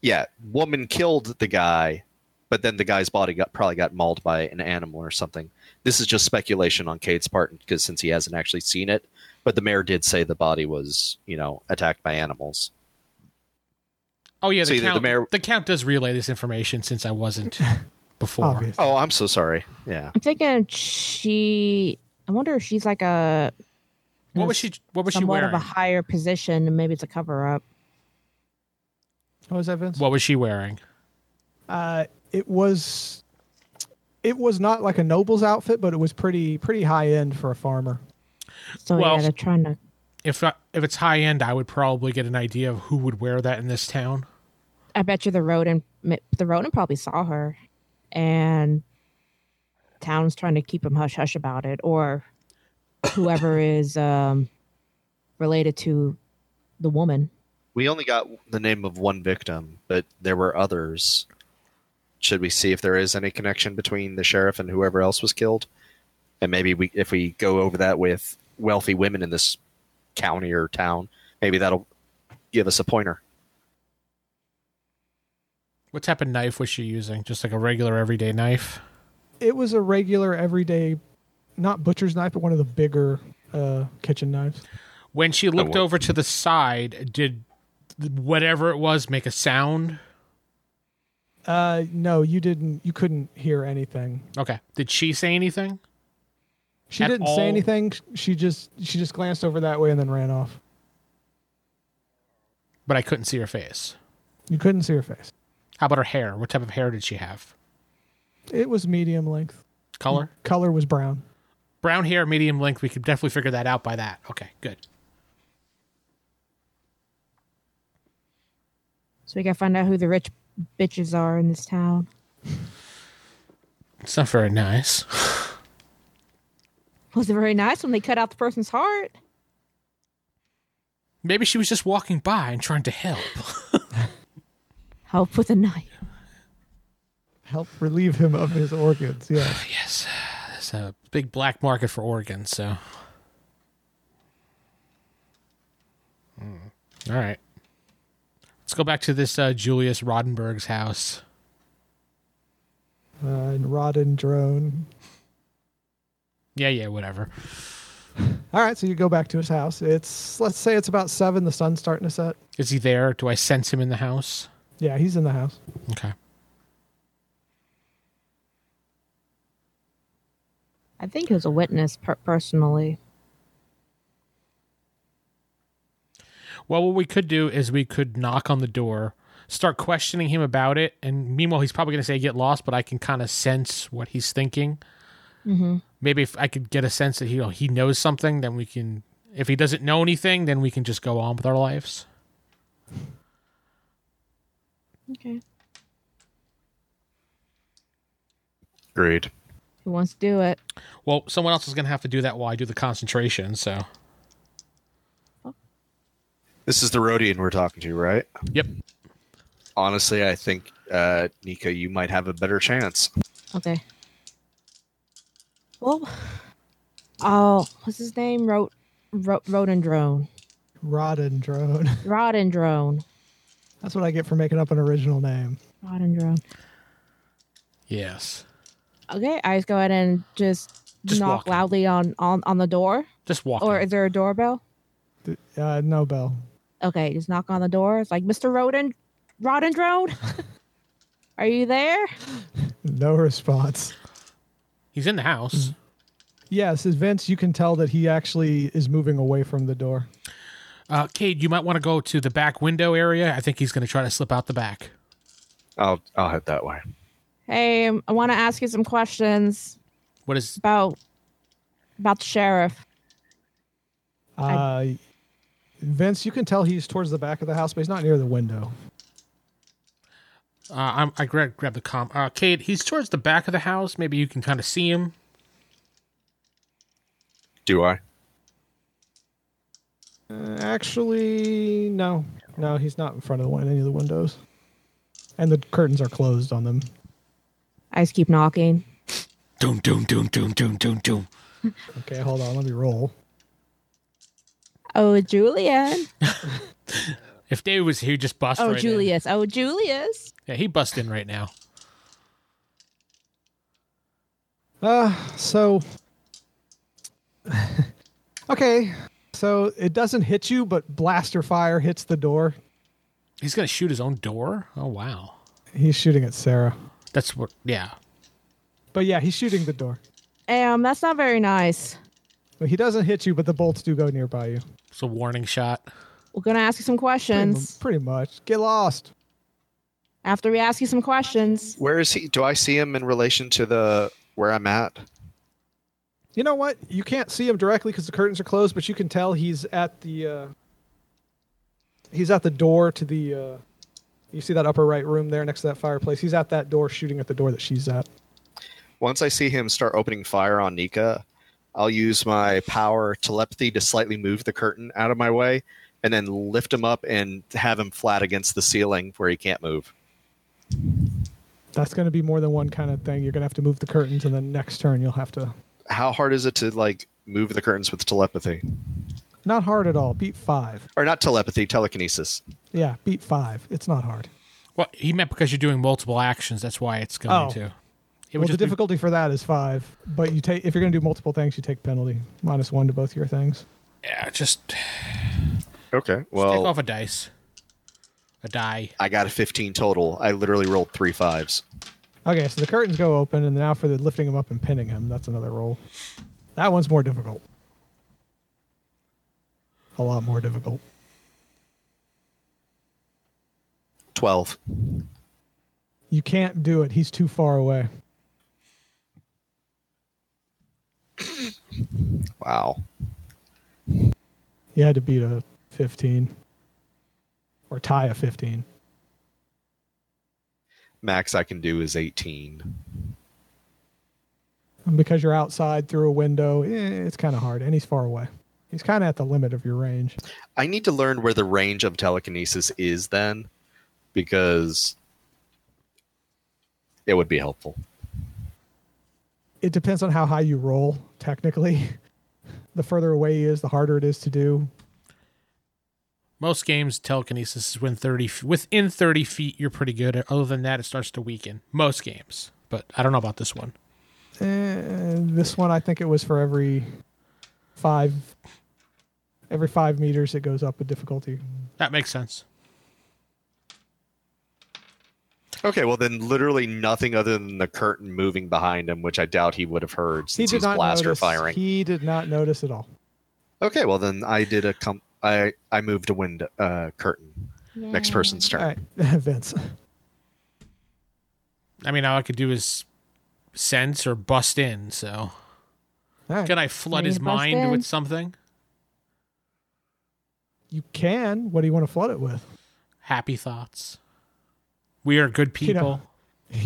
yeah, woman killed the guy, but then the guy's body got probably got mauled by an animal or something. This is just speculation on Cade's part because since he hasn't actually seen it, but the mayor did say the body was, you know, attacked by animals. Oh yeah, So the either count, the the, mayor- count does relay this information since *laughs* I wasn't before. Obvious. Oh, I'm so sorry. Yeah. I'm thinking she. I wonder if she's like a What was she? What was she somewhat wearing? of a higher position, and maybe it's a cover up. What was that, Vince? What was she wearing? Uh, it was. It was not like a noble's outfit, but it was pretty pretty high end for a farmer. So Well- yeah, they're trying to. If I, if it's high end, I would probably get an idea of who would wear that in this town. I bet you the rodent, the rodent probably saw her, and town's trying to keep him hush hush about it, or *coughs* whoever is um, related to the woman. We only got the name of one victim, but there were others. Should we see if there is any connection between the sheriff and whoever else was killed? And maybe we, if we go over that with wealthy women in this county or town, maybe that'll give us a pointer. What type of knife was she using? Just like a regular everyday knife. It was a regular everyday, not butcher's knife, but one of the bigger uh, kitchen knives. When she looked what- over to the side, did whatever it was make a sound? Uh, no, you didn't. You couldn't hear anything. Okay. Did she say anything? She At didn't all? say anything. She just she just glanced over that way and then ran off. But I couldn't see her face. You couldn't see her face. How about her hair? What type of hair did she have? It was medium length. Color? Color was brown. Brown hair, medium length. We could definitely figure that out by that. Okay, good. So we gotta find out who the rich bitches are in this town. It's not very nice. Was it very nice when they cut out the person's heart? Maybe she was just walking by and trying to help. Help with a knife. Help relieve him of his organs. *sighs* Yeah. yes, there's a big black market for organs, so. Hmm. All right. Let's go back to this uh, Julius Rodenberg's house. Uh, and Rodden drone. Yeah, yeah, whatever. All right, so you go back to his house. It's let's say it's about seven. The sun's starting to set. Is he there? Do I sense him in the house? Yeah, he's in the house. Okay. I think he was a witness per- personally. Well, what we could do is we could knock on the door, start questioning him about it, and meanwhile, he's probably going to say get lost, but I can kind of sense what he's thinking. Mm-hmm. Maybe if I could get a sense that he he knows something, then we can. If he doesn't know anything, then we can just go on with our lives. Okay. Agreed. Who wants to do it? Well, someone else is going to have to do that while I do the concentration. So, This is the Rodian we're talking to, right? yep. Honestly, I think uh, Nika, you might have a better chance. Okay. Well, oh, what's his name? Ro- Ro- Rodendrone. Rodden drone. *laughs* Rodendrone. That's what I get for making up an original name. Rodendrone. Yes. Okay, I just go ahead and just, Just knock walk in. loudly on, on on the door, Just walk. or in. is there a doorbell? Th- Uh, no bell. Okay, just knock on the door. It's like Mr. Roden, Rodendrone. *laughs* Are you there? No *laughs* response. he's in the house. Mm-hmm. Yes, is Vince. You can tell that he actually is moving away from the door. Uh, Cade, you might want to go to the back window area. I think he's going to try to slip out the back. I'll I'll head that way. Hey, um, I want to ask you some questions What is? about about the sheriff. Uh, Vince, you can tell he's towards the back of the house, but he's not near the window. Uh, I'm, I grab grab the com. Uh, Cade, he's towards the back of the house. Maybe you can kind of see him. Do I? Uh, actually, no, no, he's not in front of the one, any of the windows, and the curtains are closed on them. I just keep knocking. Doom, doom, doom, doom, doom, doom, doom. Okay, hold on, let me roll. Oh, Julian. If David was here, he'd just bust Oh, right in. Julius. Oh, Julius. Yeah, he bust in right now. Uh, so. *laughs* okay. So it doesn't hit you, but blaster fire hits the door. He's gonna shoot his own door. Oh wow, He's shooting at Sarah. that's what. Yeah, But yeah, he's shooting the door. Um, that's not very nice. But he doesn't hit you, but the bolts do go nearby you. it's a warning shot. We're gonna ask you some Pretty, questions. pretty much. Get lost. After we ask you some questions, Where is he? Do I see him in relation to the where I'm at? You know what? You can't see him directly because the curtains are closed, but you can tell he's at the uh, he's at the door to the. Uh, you see that upper right room there next to that fireplace? He's at that door, shooting at the door that she's at. Once I see him start opening fire on Nika, I'll use my power telepathy to slightly move the curtain out of my way and then lift him up and have him flat against the ceiling where he can't move. That's going to be more than one kind of thing. You're going to have to move the curtains, and then next turn you'll have to. How hard is it to like move the curtains with telepathy? Not hard at all. Beat five. Or not telepathy, telekinesis. Yeah, beat five. It's not hard. Well, he meant because you're doing multiple actions. That's why it's going Oh. to. It Well, would the just be- difficulty for that is five, but you take if you're going to do multiple things, you take penalty minus one to both your things. yeah, just take Okay. off Well, a dice, a die. I got a 15 total. I literally rolled three fives. Okay, so the curtains go open, and now for the lifting him up and pinning him, that's another roll. That one's more difficult. A lot more difficult. 12. You can't do it. He's too far away. Wow. You had to beat a 15 or tie a 15. Max I can do is 18. And because you're outside through a window, eh, it's kind of hard, and he's far away. He's kind of at the limit of your range. I need to learn where the range of telekinesis is then because it would be helpful. It depends on how high you roll, technically. *laughs* The further away he is, the harder it is to do. Most games, telekinesis is when thirty f- within thirty feet. You're pretty good. Other than that, it starts to weaken. Most games, but I don't know about this one. Eh, this one, I think it was for every five, every five meters, it goes up a difficulty. That makes sense. Okay, well then literally nothing other than the curtain moving behind him, which I doubt he would have heard He since did he's not blaster notice. firing. He did not notice at all. Okay, well then I did a com- I I moved a window uh, curtain. Next person's All turn. right, *laughs* Vince. I mean, all I could do is sense or bust in. So, All right. can I flood Ready his to bust mind in? with something? you can. What do you want to flood it with? *laughs* Happy thoughts. We are good You know- people.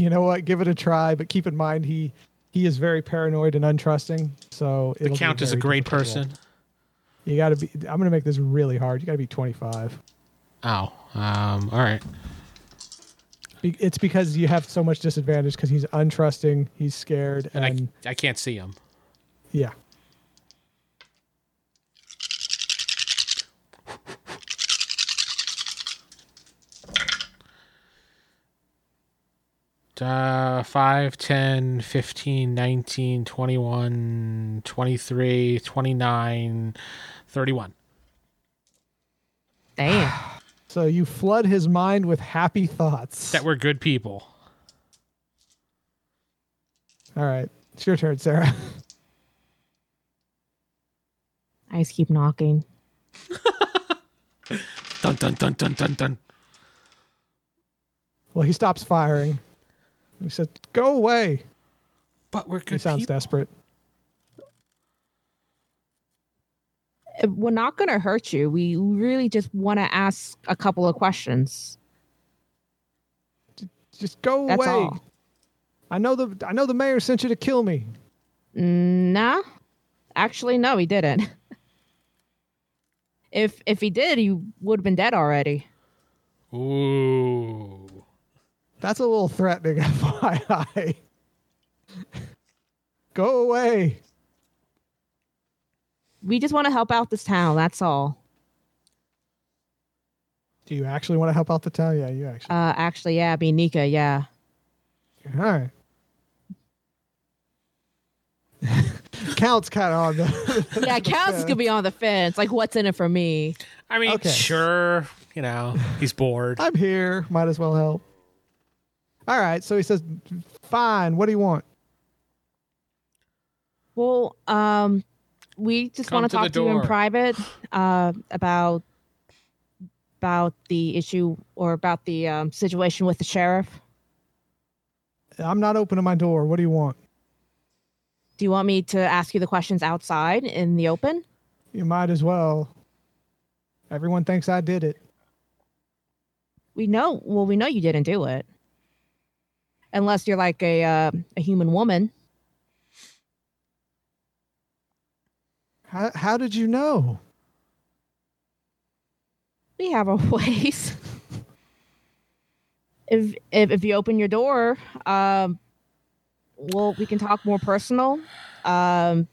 You know what? Give it a try, but keep in mind he he is very paranoid and untrusting. So the count is a great person. You got to be. I'm going to make this really hard. You got to be 25. Oh, um, all right. Be- It's because you have so much disadvantage because he's untrusting, he's scared, And and I, I can't see him. yeah. Uh, 5, 10, 15, 19, 21, 23, 29, 31. damn. So you flood his mind with happy thoughts. That we're good people. All right. It's your turn, Sarah. *laughs* I just keep knocking. Dun, dun, dun, dun, dun, dun. Well, he stops firing. He said, Go away. But we're He good sounds people. desperate. Uh, We're not gonna hurt you. We really just want to ask a couple of questions. Just go That's away. all. I know the I know the mayor sent you to kill me. Nah, actually, no, he didn't. *laughs* If if he did, he would have been dead already. Ooh. That's a little threatening, *laughs* FYI. go away. we just want to help out this town. That's all. Do you actually want to help out the town? Yeah, you actually. Uh, actually, yeah, be Nika. Yeah. All right. *laughs* Count's kind of on the. *laughs* Yeah, Cows is gonna be on the fence. Like, what's in it for me? I mean, Okay. sure, you know, he's bored. I'm here. Might as well help. All right. So he says, "Fine. What do you want?" Well, um, we just Come want to to the talk to you in door. private uh, about about the issue or about the um, situation with the sheriff. I'm not opening my door. What do you want? Do you want me to ask you the questions outside in the open? You might as well. Everyone thinks I did it. We know. Well, we know you didn't do it, unless you're like a uh, a human woman. How, how did you know? We have our *laughs* ways. if, if if you open your door, um, well, we can talk more personal. Um,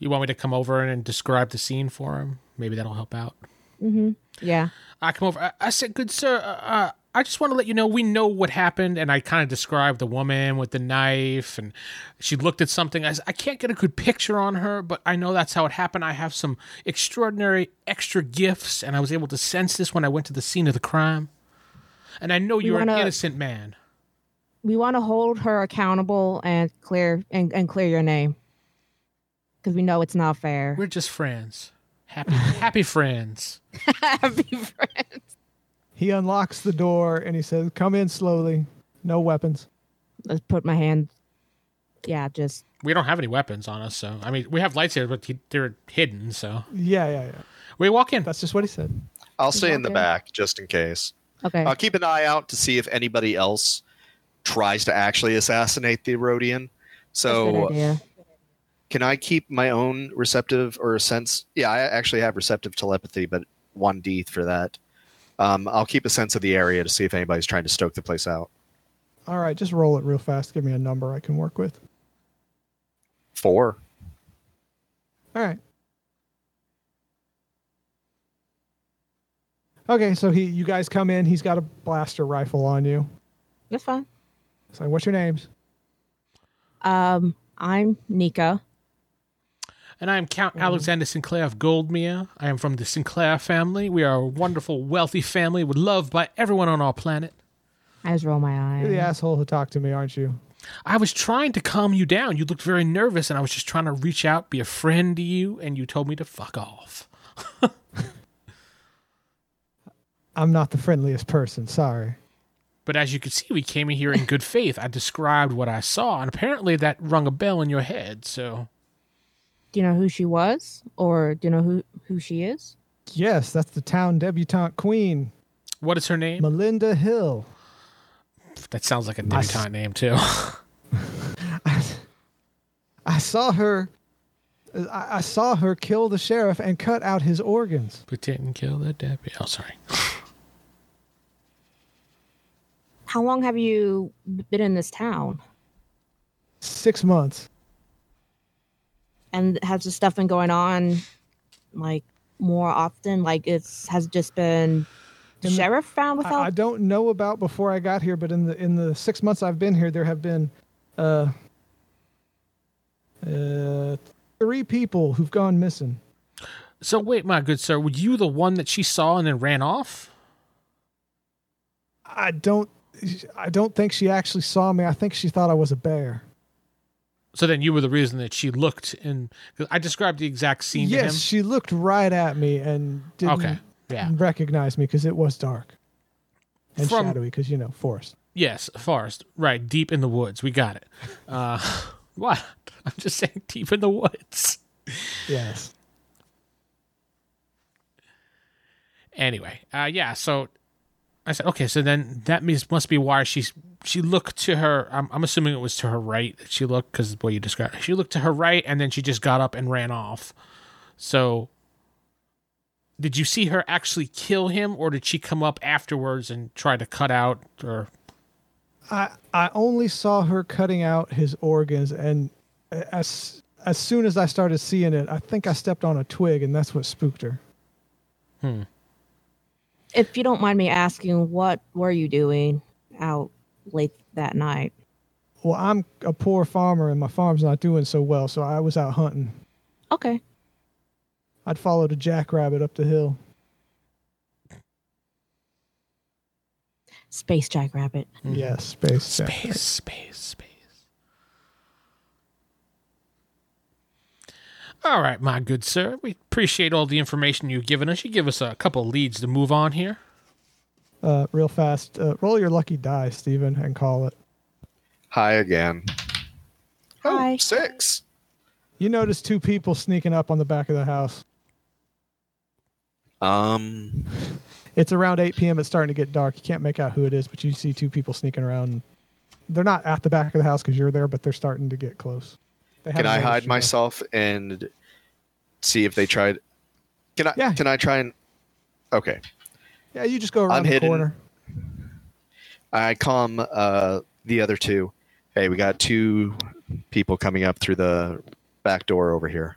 You want me to come over and describe the scene for him? Maybe that'll help out. mhm. Yeah. I come over. I, I said, "Good sir, uh, uh, I just want to let you know we know what happened." And I kind of described the woman with the knife, and she looked at something. I, s- I can't get a good picture on her, but I know that's how it happened. I have some extraordinary extra gifts, and I was able to sense this when I went to the scene of the crime. And I know you're an wanna- innocent man. we want to hold her accountable and clear and, and clear your name because we know it's not fair. We're just friends, happy happy friends. *laughs* happy friends. He unlocks the door and he says, "Come in slowly. No weapons." Let's put my hand. Yeah, just We don't have any weapons on us, so I mean, we have lights here, but he- they're hidden. So Yeah, yeah, yeah. we walk in. That's just what he said. I'll stay in the Okay. back just in case. okay. I'll keep an eye out to see if anybody else tries to actually assassinate the Rhodian. That's a good So idea. can I keep my own receptive or sense? Yeah, I actually have receptive telepathy, but one D for that. Um, I'll keep a sense of the area to see if anybody's trying to stoke the place out. All right, just roll it real fast. Give me a number I can work with. Four. All right. Okay, so he, you guys come in. He's got a blaster rifle on you. That's fine. So, what's your names? Um, I'm Nika. And I am Count Alexander Sinclair of Goldmere. I am from the Sinclair family. We are a wonderful, wealthy family. We're loved by everyone on our planet. I just roll my You're the eyes. asshole who talked to me, aren't you? I was trying to calm you down. You looked very nervous, and I was just trying to reach out, be a friend to you, and you told me to fuck off. I'm not the friendliest person. Sorry. But as you can see, we came in here in *laughs* good faith. I described what I saw, and apparently that rung a bell in your head. So Do you know who she was, or do you know who who she is? Yes, that's the town debutante queen, what is her name? Melinda Hill. That sounds like a debutante name, too. I saw her. I, I saw her kill the sheriff and cut out his organs. *laughs* we didn't kill the deputy. Oh, sorry. How long have you been in this town? Six months. and has this stuff been going on like more often like it's has it just been the In the- sheriff found I, I without don't know about before I got here, but in the in the six months I've been here, there have been uh, uh, three people who've gone missing. So, wait, my good sir, were you the one that she saw and then ran off? I don't. I don't think she actually saw me. I think she thought I was a bear. So then you were the reason that she looked and 'cause I described the exact scene yes, to she looked right at me and him. didn't Okay. Yeah. recognize me because it was dark and From- shadowy because you know forest. Yes, forest. Right, deep in the woods. We got it. Uh *laughs* what? I'm just saying deep in the woods. Yes. Anyway, uh yeah, so I said, okay, so then that means must be why she's she looked to her. I'm, I'm assuming it was to her right that she looked because what you described. She looked to her right and then she just got up and ran off. So, did you see her actually kill him, or did she come up afterwards and try to cut out? Or I I only saw her cutting out his organs, and as as soon as I started seeing it, I think I stepped on a twig, and that's what spooked her. If you don't mind me asking, what were you doing out late that night? Well, I'm a poor farmer, and my farm's not doing so well, so I was out hunting. Okay. I'd followed a jackrabbit up the hill. Space Jackrabbit. Yes, space. jack- Hmm. Space, space, space. All right, my good sir. We appreciate all the information you've given us. You give us a couple leads to move on here. Uh, real fast. Uh, roll your lucky die, Steven, and call it. Hi again. Hi. Oh, six. You notice two people sneaking up on the back of the house. Um, It's around 8 p.m. It's starting to get dark. You can't make out who it is, but you see two people sneaking around. They're not at the back of the house because you're there, but they're starting to get close. They can haven't I noticed hide you yet. myself and see if they tried? Can I? Yeah. Can I try and? Okay, Yeah, you just go around the hidden. corner. I calm uh, the other two. Hey, we got two people coming up through the back door over here.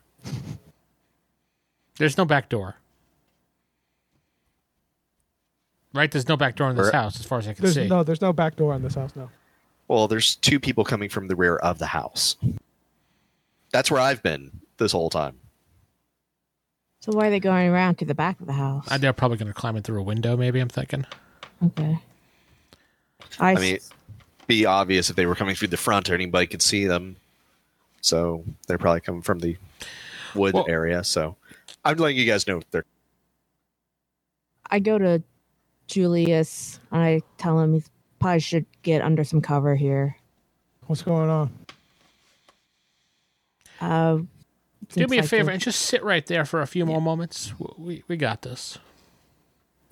There's no back door. Right? There's no back door in this Correct. house, as far as I can There's see. no, there's no back door in this house. No. Well, there's two people coming from the rear of the house. That's where I've been this whole time. So why are they going around to the back of the house? I- They're probably going to climb in through a window, maybe, I'm thinking. okay. I, I mean, it'd be obvious if they were coming through the front, or anybody could see them. So they're probably coming from the wood Well- area. So I'm letting you guys know if they're I go to Julius and I tell him he probably should get under some cover here. What's going on? Uh, Do me a since I favor told- and just sit right there for a few more moments. W- We, we got this.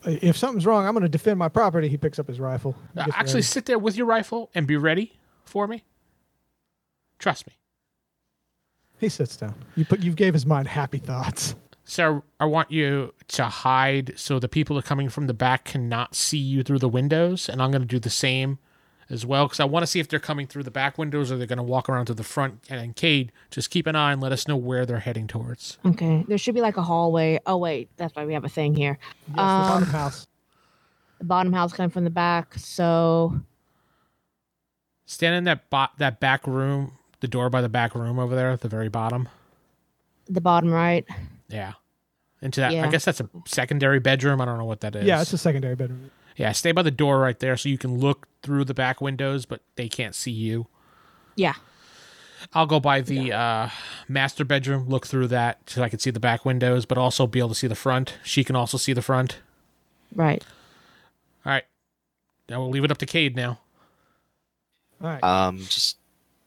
If something's wrong, I'm going to defend my property. He picks up his rifle. He Uh, gets Actually, ready. sit there with your rifle and be ready for me. Trust me. he sits down. You put, you gave his mind happy thoughts. Sir, I want you to hide so the people who are coming from the back cannot see you through the windows, and I'm going to do the same as well because I want to see if they're coming through the back windows or they're going to walk around to the front. And then, Cade, just keep an eye and let us know where they're heading towards. Okay. There should be like a hallway. Oh, wait. That's why we have a thing here. Yes, the Um, Uh, bottom house. The bottom house coming from the back. So, Stand in that bo- that back room, the door by the back room over there at the very bottom. the bottom right. Yeah, into that. I Yeah. guess that's a secondary bedroom. I don't know what that is. Yeah, it's a secondary bedroom. yeah. Stay by the door right there so you can look through the back windows, but they can't see you. Yeah. I'll go by the uh, master bedroom, look through that so I can see the back windows, but also be able to see the front. She can also see the front. Right. All right. Now we'll leave it up to Cade now. All right. um, just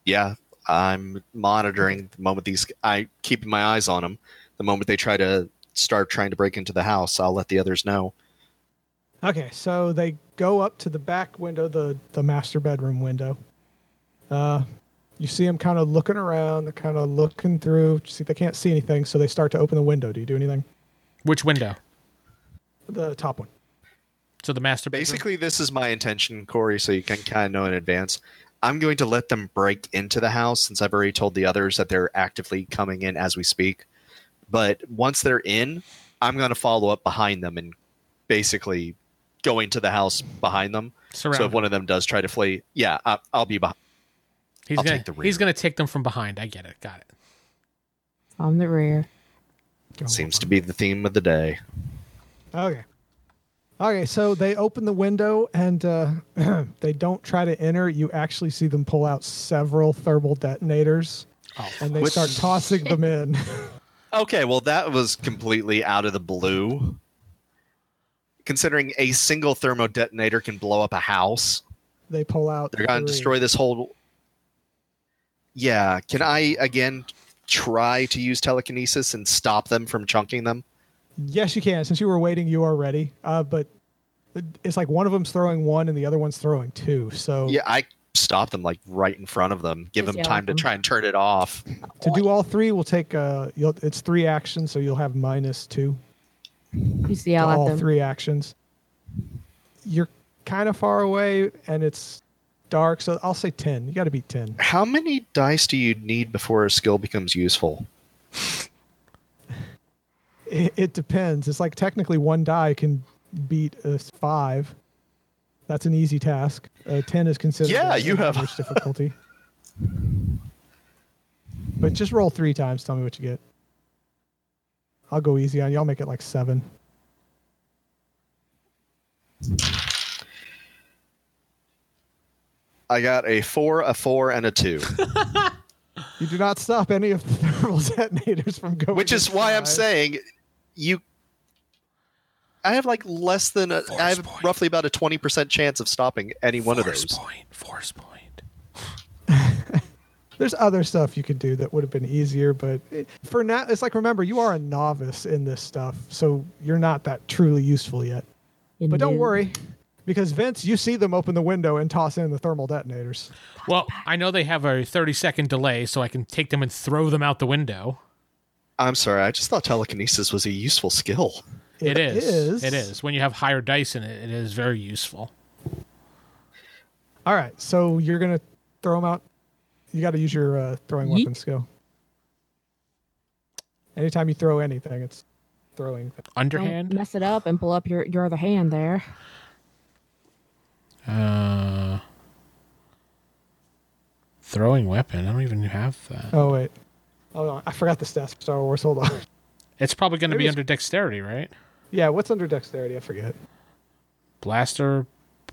yeah. I'm monitoring the moment these. I keep my eyes on them. The moment they try to start trying to break into the house, I'll let the others know. Okay, so they go up to the back window, the the master bedroom window. Uh, you see them kind of looking around. They're kind of looking through. See, they can't see anything, so they start to open the window. Do you do anything? Which window? The top one. So the master bedroom. Basically, this is my intention, Corey, so you can kind of know in advance. I'm going to let them break into the house since I've already told the others that they're actively coming in as we speak. But once they're in, I'm going to follow up behind them and basically go into the house behind them. Surround So if one of them does try to flee, yeah, I, I'll be behind. he's I'll gonna, take the rear. He's going to take them from behind. I get it. Got it. On the rear. Go. Seems to be the theme of the day. Okay. Okay, so they open the window and uh, *clears throat* they don't try to enter. You actually see them pull out several thermal detonators Oh, and they Which- start tossing them in. *laughs* Okay, well, that was completely out of the blue. Considering a single thermo detonator can blow up a house. they pull out. They're going to three. destroy this whole. Yeah. Can I again try to use telekinesis and stop them from chunking them? Yes, you can. Since you were waiting, you are ready. Uh, but it's like one of them's throwing one and the other one's throwing two. So Yeah, I stop them like right in front of them. Give Oh. them Just yell at time to them. try and turn it off. to do all three, we'll take uh, you'll, it's three actions, so you'll have minus two You see, to yell all at them. three actions. You're kind of far away, and it's dark, so I'll say ten. You got to beat ten. How many dice do you need before a skill becomes useful? It, it depends. It's like technically one die can beat a five. That's an easy task. Uh, ten is considered. Yeah, a- you have- average *laughs* difficulty. But just roll three times. Tell me what you get. I'll go easy on you. I'll make it like seven. I got a four, a four, and a *laughs* two, You do not stop any of the *laughs* thermal detonators from going. which is why I'm inside. saying you. I have like less than a, I have Force point. roughly about a twenty percent chance of stopping any one of Force those. point. Force point. There's other stuff you could do that would have been easier, but it, for now, it's like remember you are a novice in this stuff, so you're not that truly useful yet. You But don't knew. worry, because Vince, you see them open the window and toss in the thermal detonators. Well, I know they have a 30 second delay, so I can take them and throw them out the window. I'm sorry, I just thought telekinesis was a useful skill. It is. It is. When you have higher dice in it, it is very useful. All right, so you're gonna throw them out. You got to use your uh, throwing Yeet. weapon skill. Anytime you throw anything, it's throwing. Don't Underhand. Oh, mess it up and pull up your, your other hand there. Uh, throwing weapon. I don't even have that. Oh wait, hold on. I forgot the stats for Star Wars. Hold on. *laughs* It's probably going to Maybe be it's- under dexterity, right? yeah, what's under dexterity? I forget. Blaster,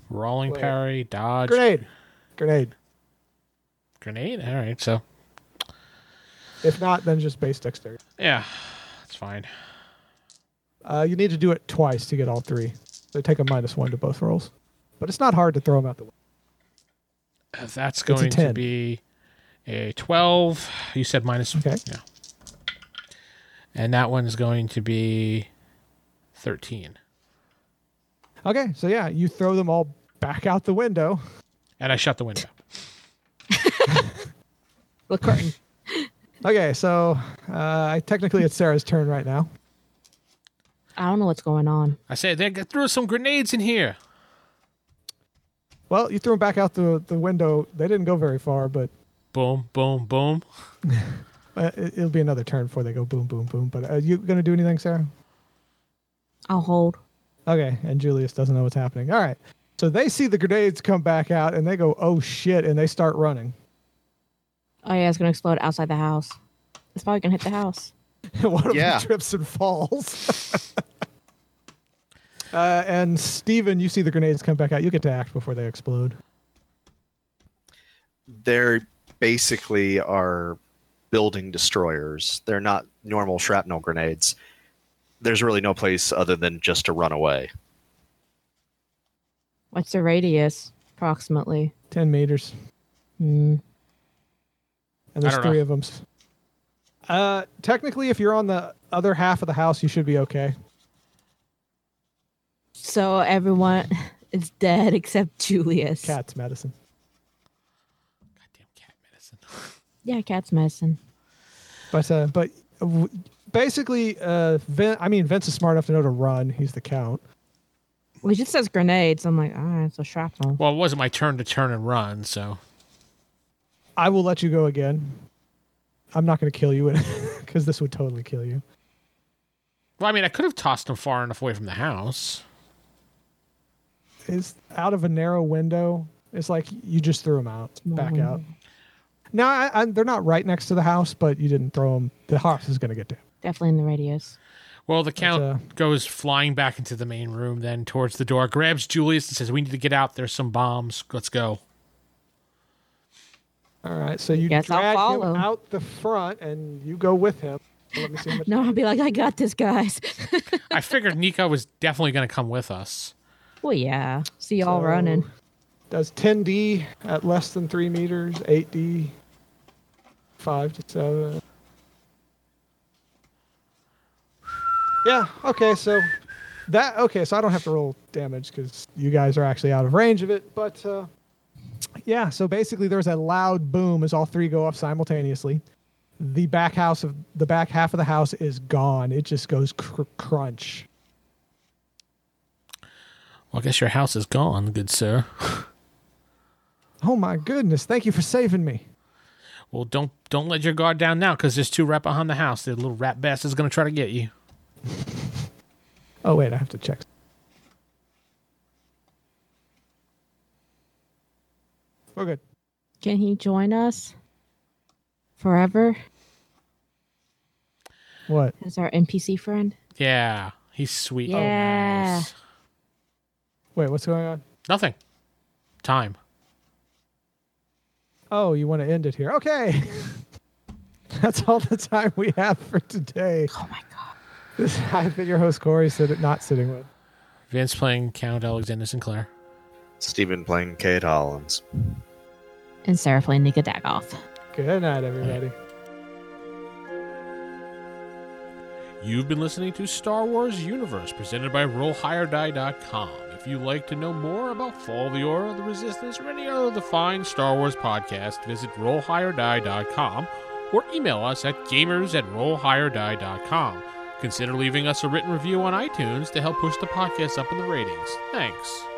rolling Wait. parry, dodge, Grenade, grenade. grenade. All right, so If not, then just base dexterity. yeah, it's fine. Uh, you need to do it twice to get all three. So take a minus one to both rolls. But it's not hard to throw them out the window. Uh, That's a going to 10. be a twelve. You said minus. Okay. Yeah. And that one's going to be thirteen. Okay, so yeah, you throw them all back out the window. And I shut the window. The curtain. Okay, so uh, technically it's Sarah's turn right now. I don't know what's going on. I said they g- threw some grenades in here. Well, you threw them back out the, the window. They didn't go very far, but Boom, boom, boom. uh, it, it'll be another turn before they go boom, boom, boom. But are you going to do anything, Sarah? I'll hold. Okay, and Julius doesn't know what's happening. All right. So they see the grenades come back out and they go, oh shit, and they start running. *laughs* Oh yeah, it's gonna explode outside the house. It's probably gonna hit the house. one of Yeah. them trips and falls. *laughs* uh, and Steven, you see the grenades come back out. You get to act before they explode. They're basically are building destroyers. They're not normal shrapnel grenades. There's really no place other than just to run away. What's the radius approximately? 10 meters. Hmm. And there's I don't know. three of them. Uh, technically, if you're on the other half of the house, you should be okay. So everyone *laughs* is dead except Julius. Cat's medicine. Goddamn cat medicine. Yeah, cat's medicine. But uh, but w- basically, uh, Vin- I mean, Vince is smart enough to know to run. He's the count. Well, it just says grenades. I'm like, all right, so shrapnel. Well, it wasn't my turn to turn and run, so I will let you go again. I'm not going to kill you *laughs* because this would totally kill you. Well, I mean, I could have tossed them far enough away from the house. is out of a narrow window. It's like you just threw them out, back Mhm. out. No, I, I, they're not right next to the house, but you didn't throw them. The house is going to get down. Definitely in the radius. Well, the count uh, goes flying back into the main room, then towards the door, grabs Julius and says, "We need to get out. There's some bombs. Let's go." All right, so you Guess I'll drag him follow. out the front, and you go with him. Let me see how much- No, I'll be like, I got this, guys. *laughs* I figured Nico was definitely going to come with us. well, yeah. See y'all So, running. Does 10D at less than three meters, 8D, five to seven. Yeah. Okay. So that. Okay. So I don't have to roll damage because you guys are actually out of range of it. But uh, yeah. So basically, there's a loud boom as all three go off simultaneously. The back house of the back half of the house is gone. It just goes cr- crunch. Well, I guess your house is gone, good sir. Oh my goodness! Thank you for saving me. Well, don't don't let your guard down now because there's two right behind the house. The little rat bastard's gonna try to get you. Oh wait, I have to check. We're good. Can he join us forever What? as our NPC friend? Yeah, he's sweet. Oh, Yeah. nice. Wait, what's going on? Nothing. Time. Oh, you want to end it here? Okay. *laughs* That's all the time we have for today. Oh my god. This *laughs* I've been your host Corey, sit not sitting with. Vince playing Count Alexander Sinclair. Stephen playing Kate Hollins. And Seraphine Nika Dagoff. Good night, everybody. You've been listening to Star Wars Universe, presented by RollHigherDie.com. If you'd like to know more about Fall of the Order, the Resistance, or any other of the fine Star Wars podcasts, visit RollHigherDie.com or email us at gamers at RollHigherDie.com. Consider leaving us a written review on iTunes to help push the podcast up in the ratings. Thanks.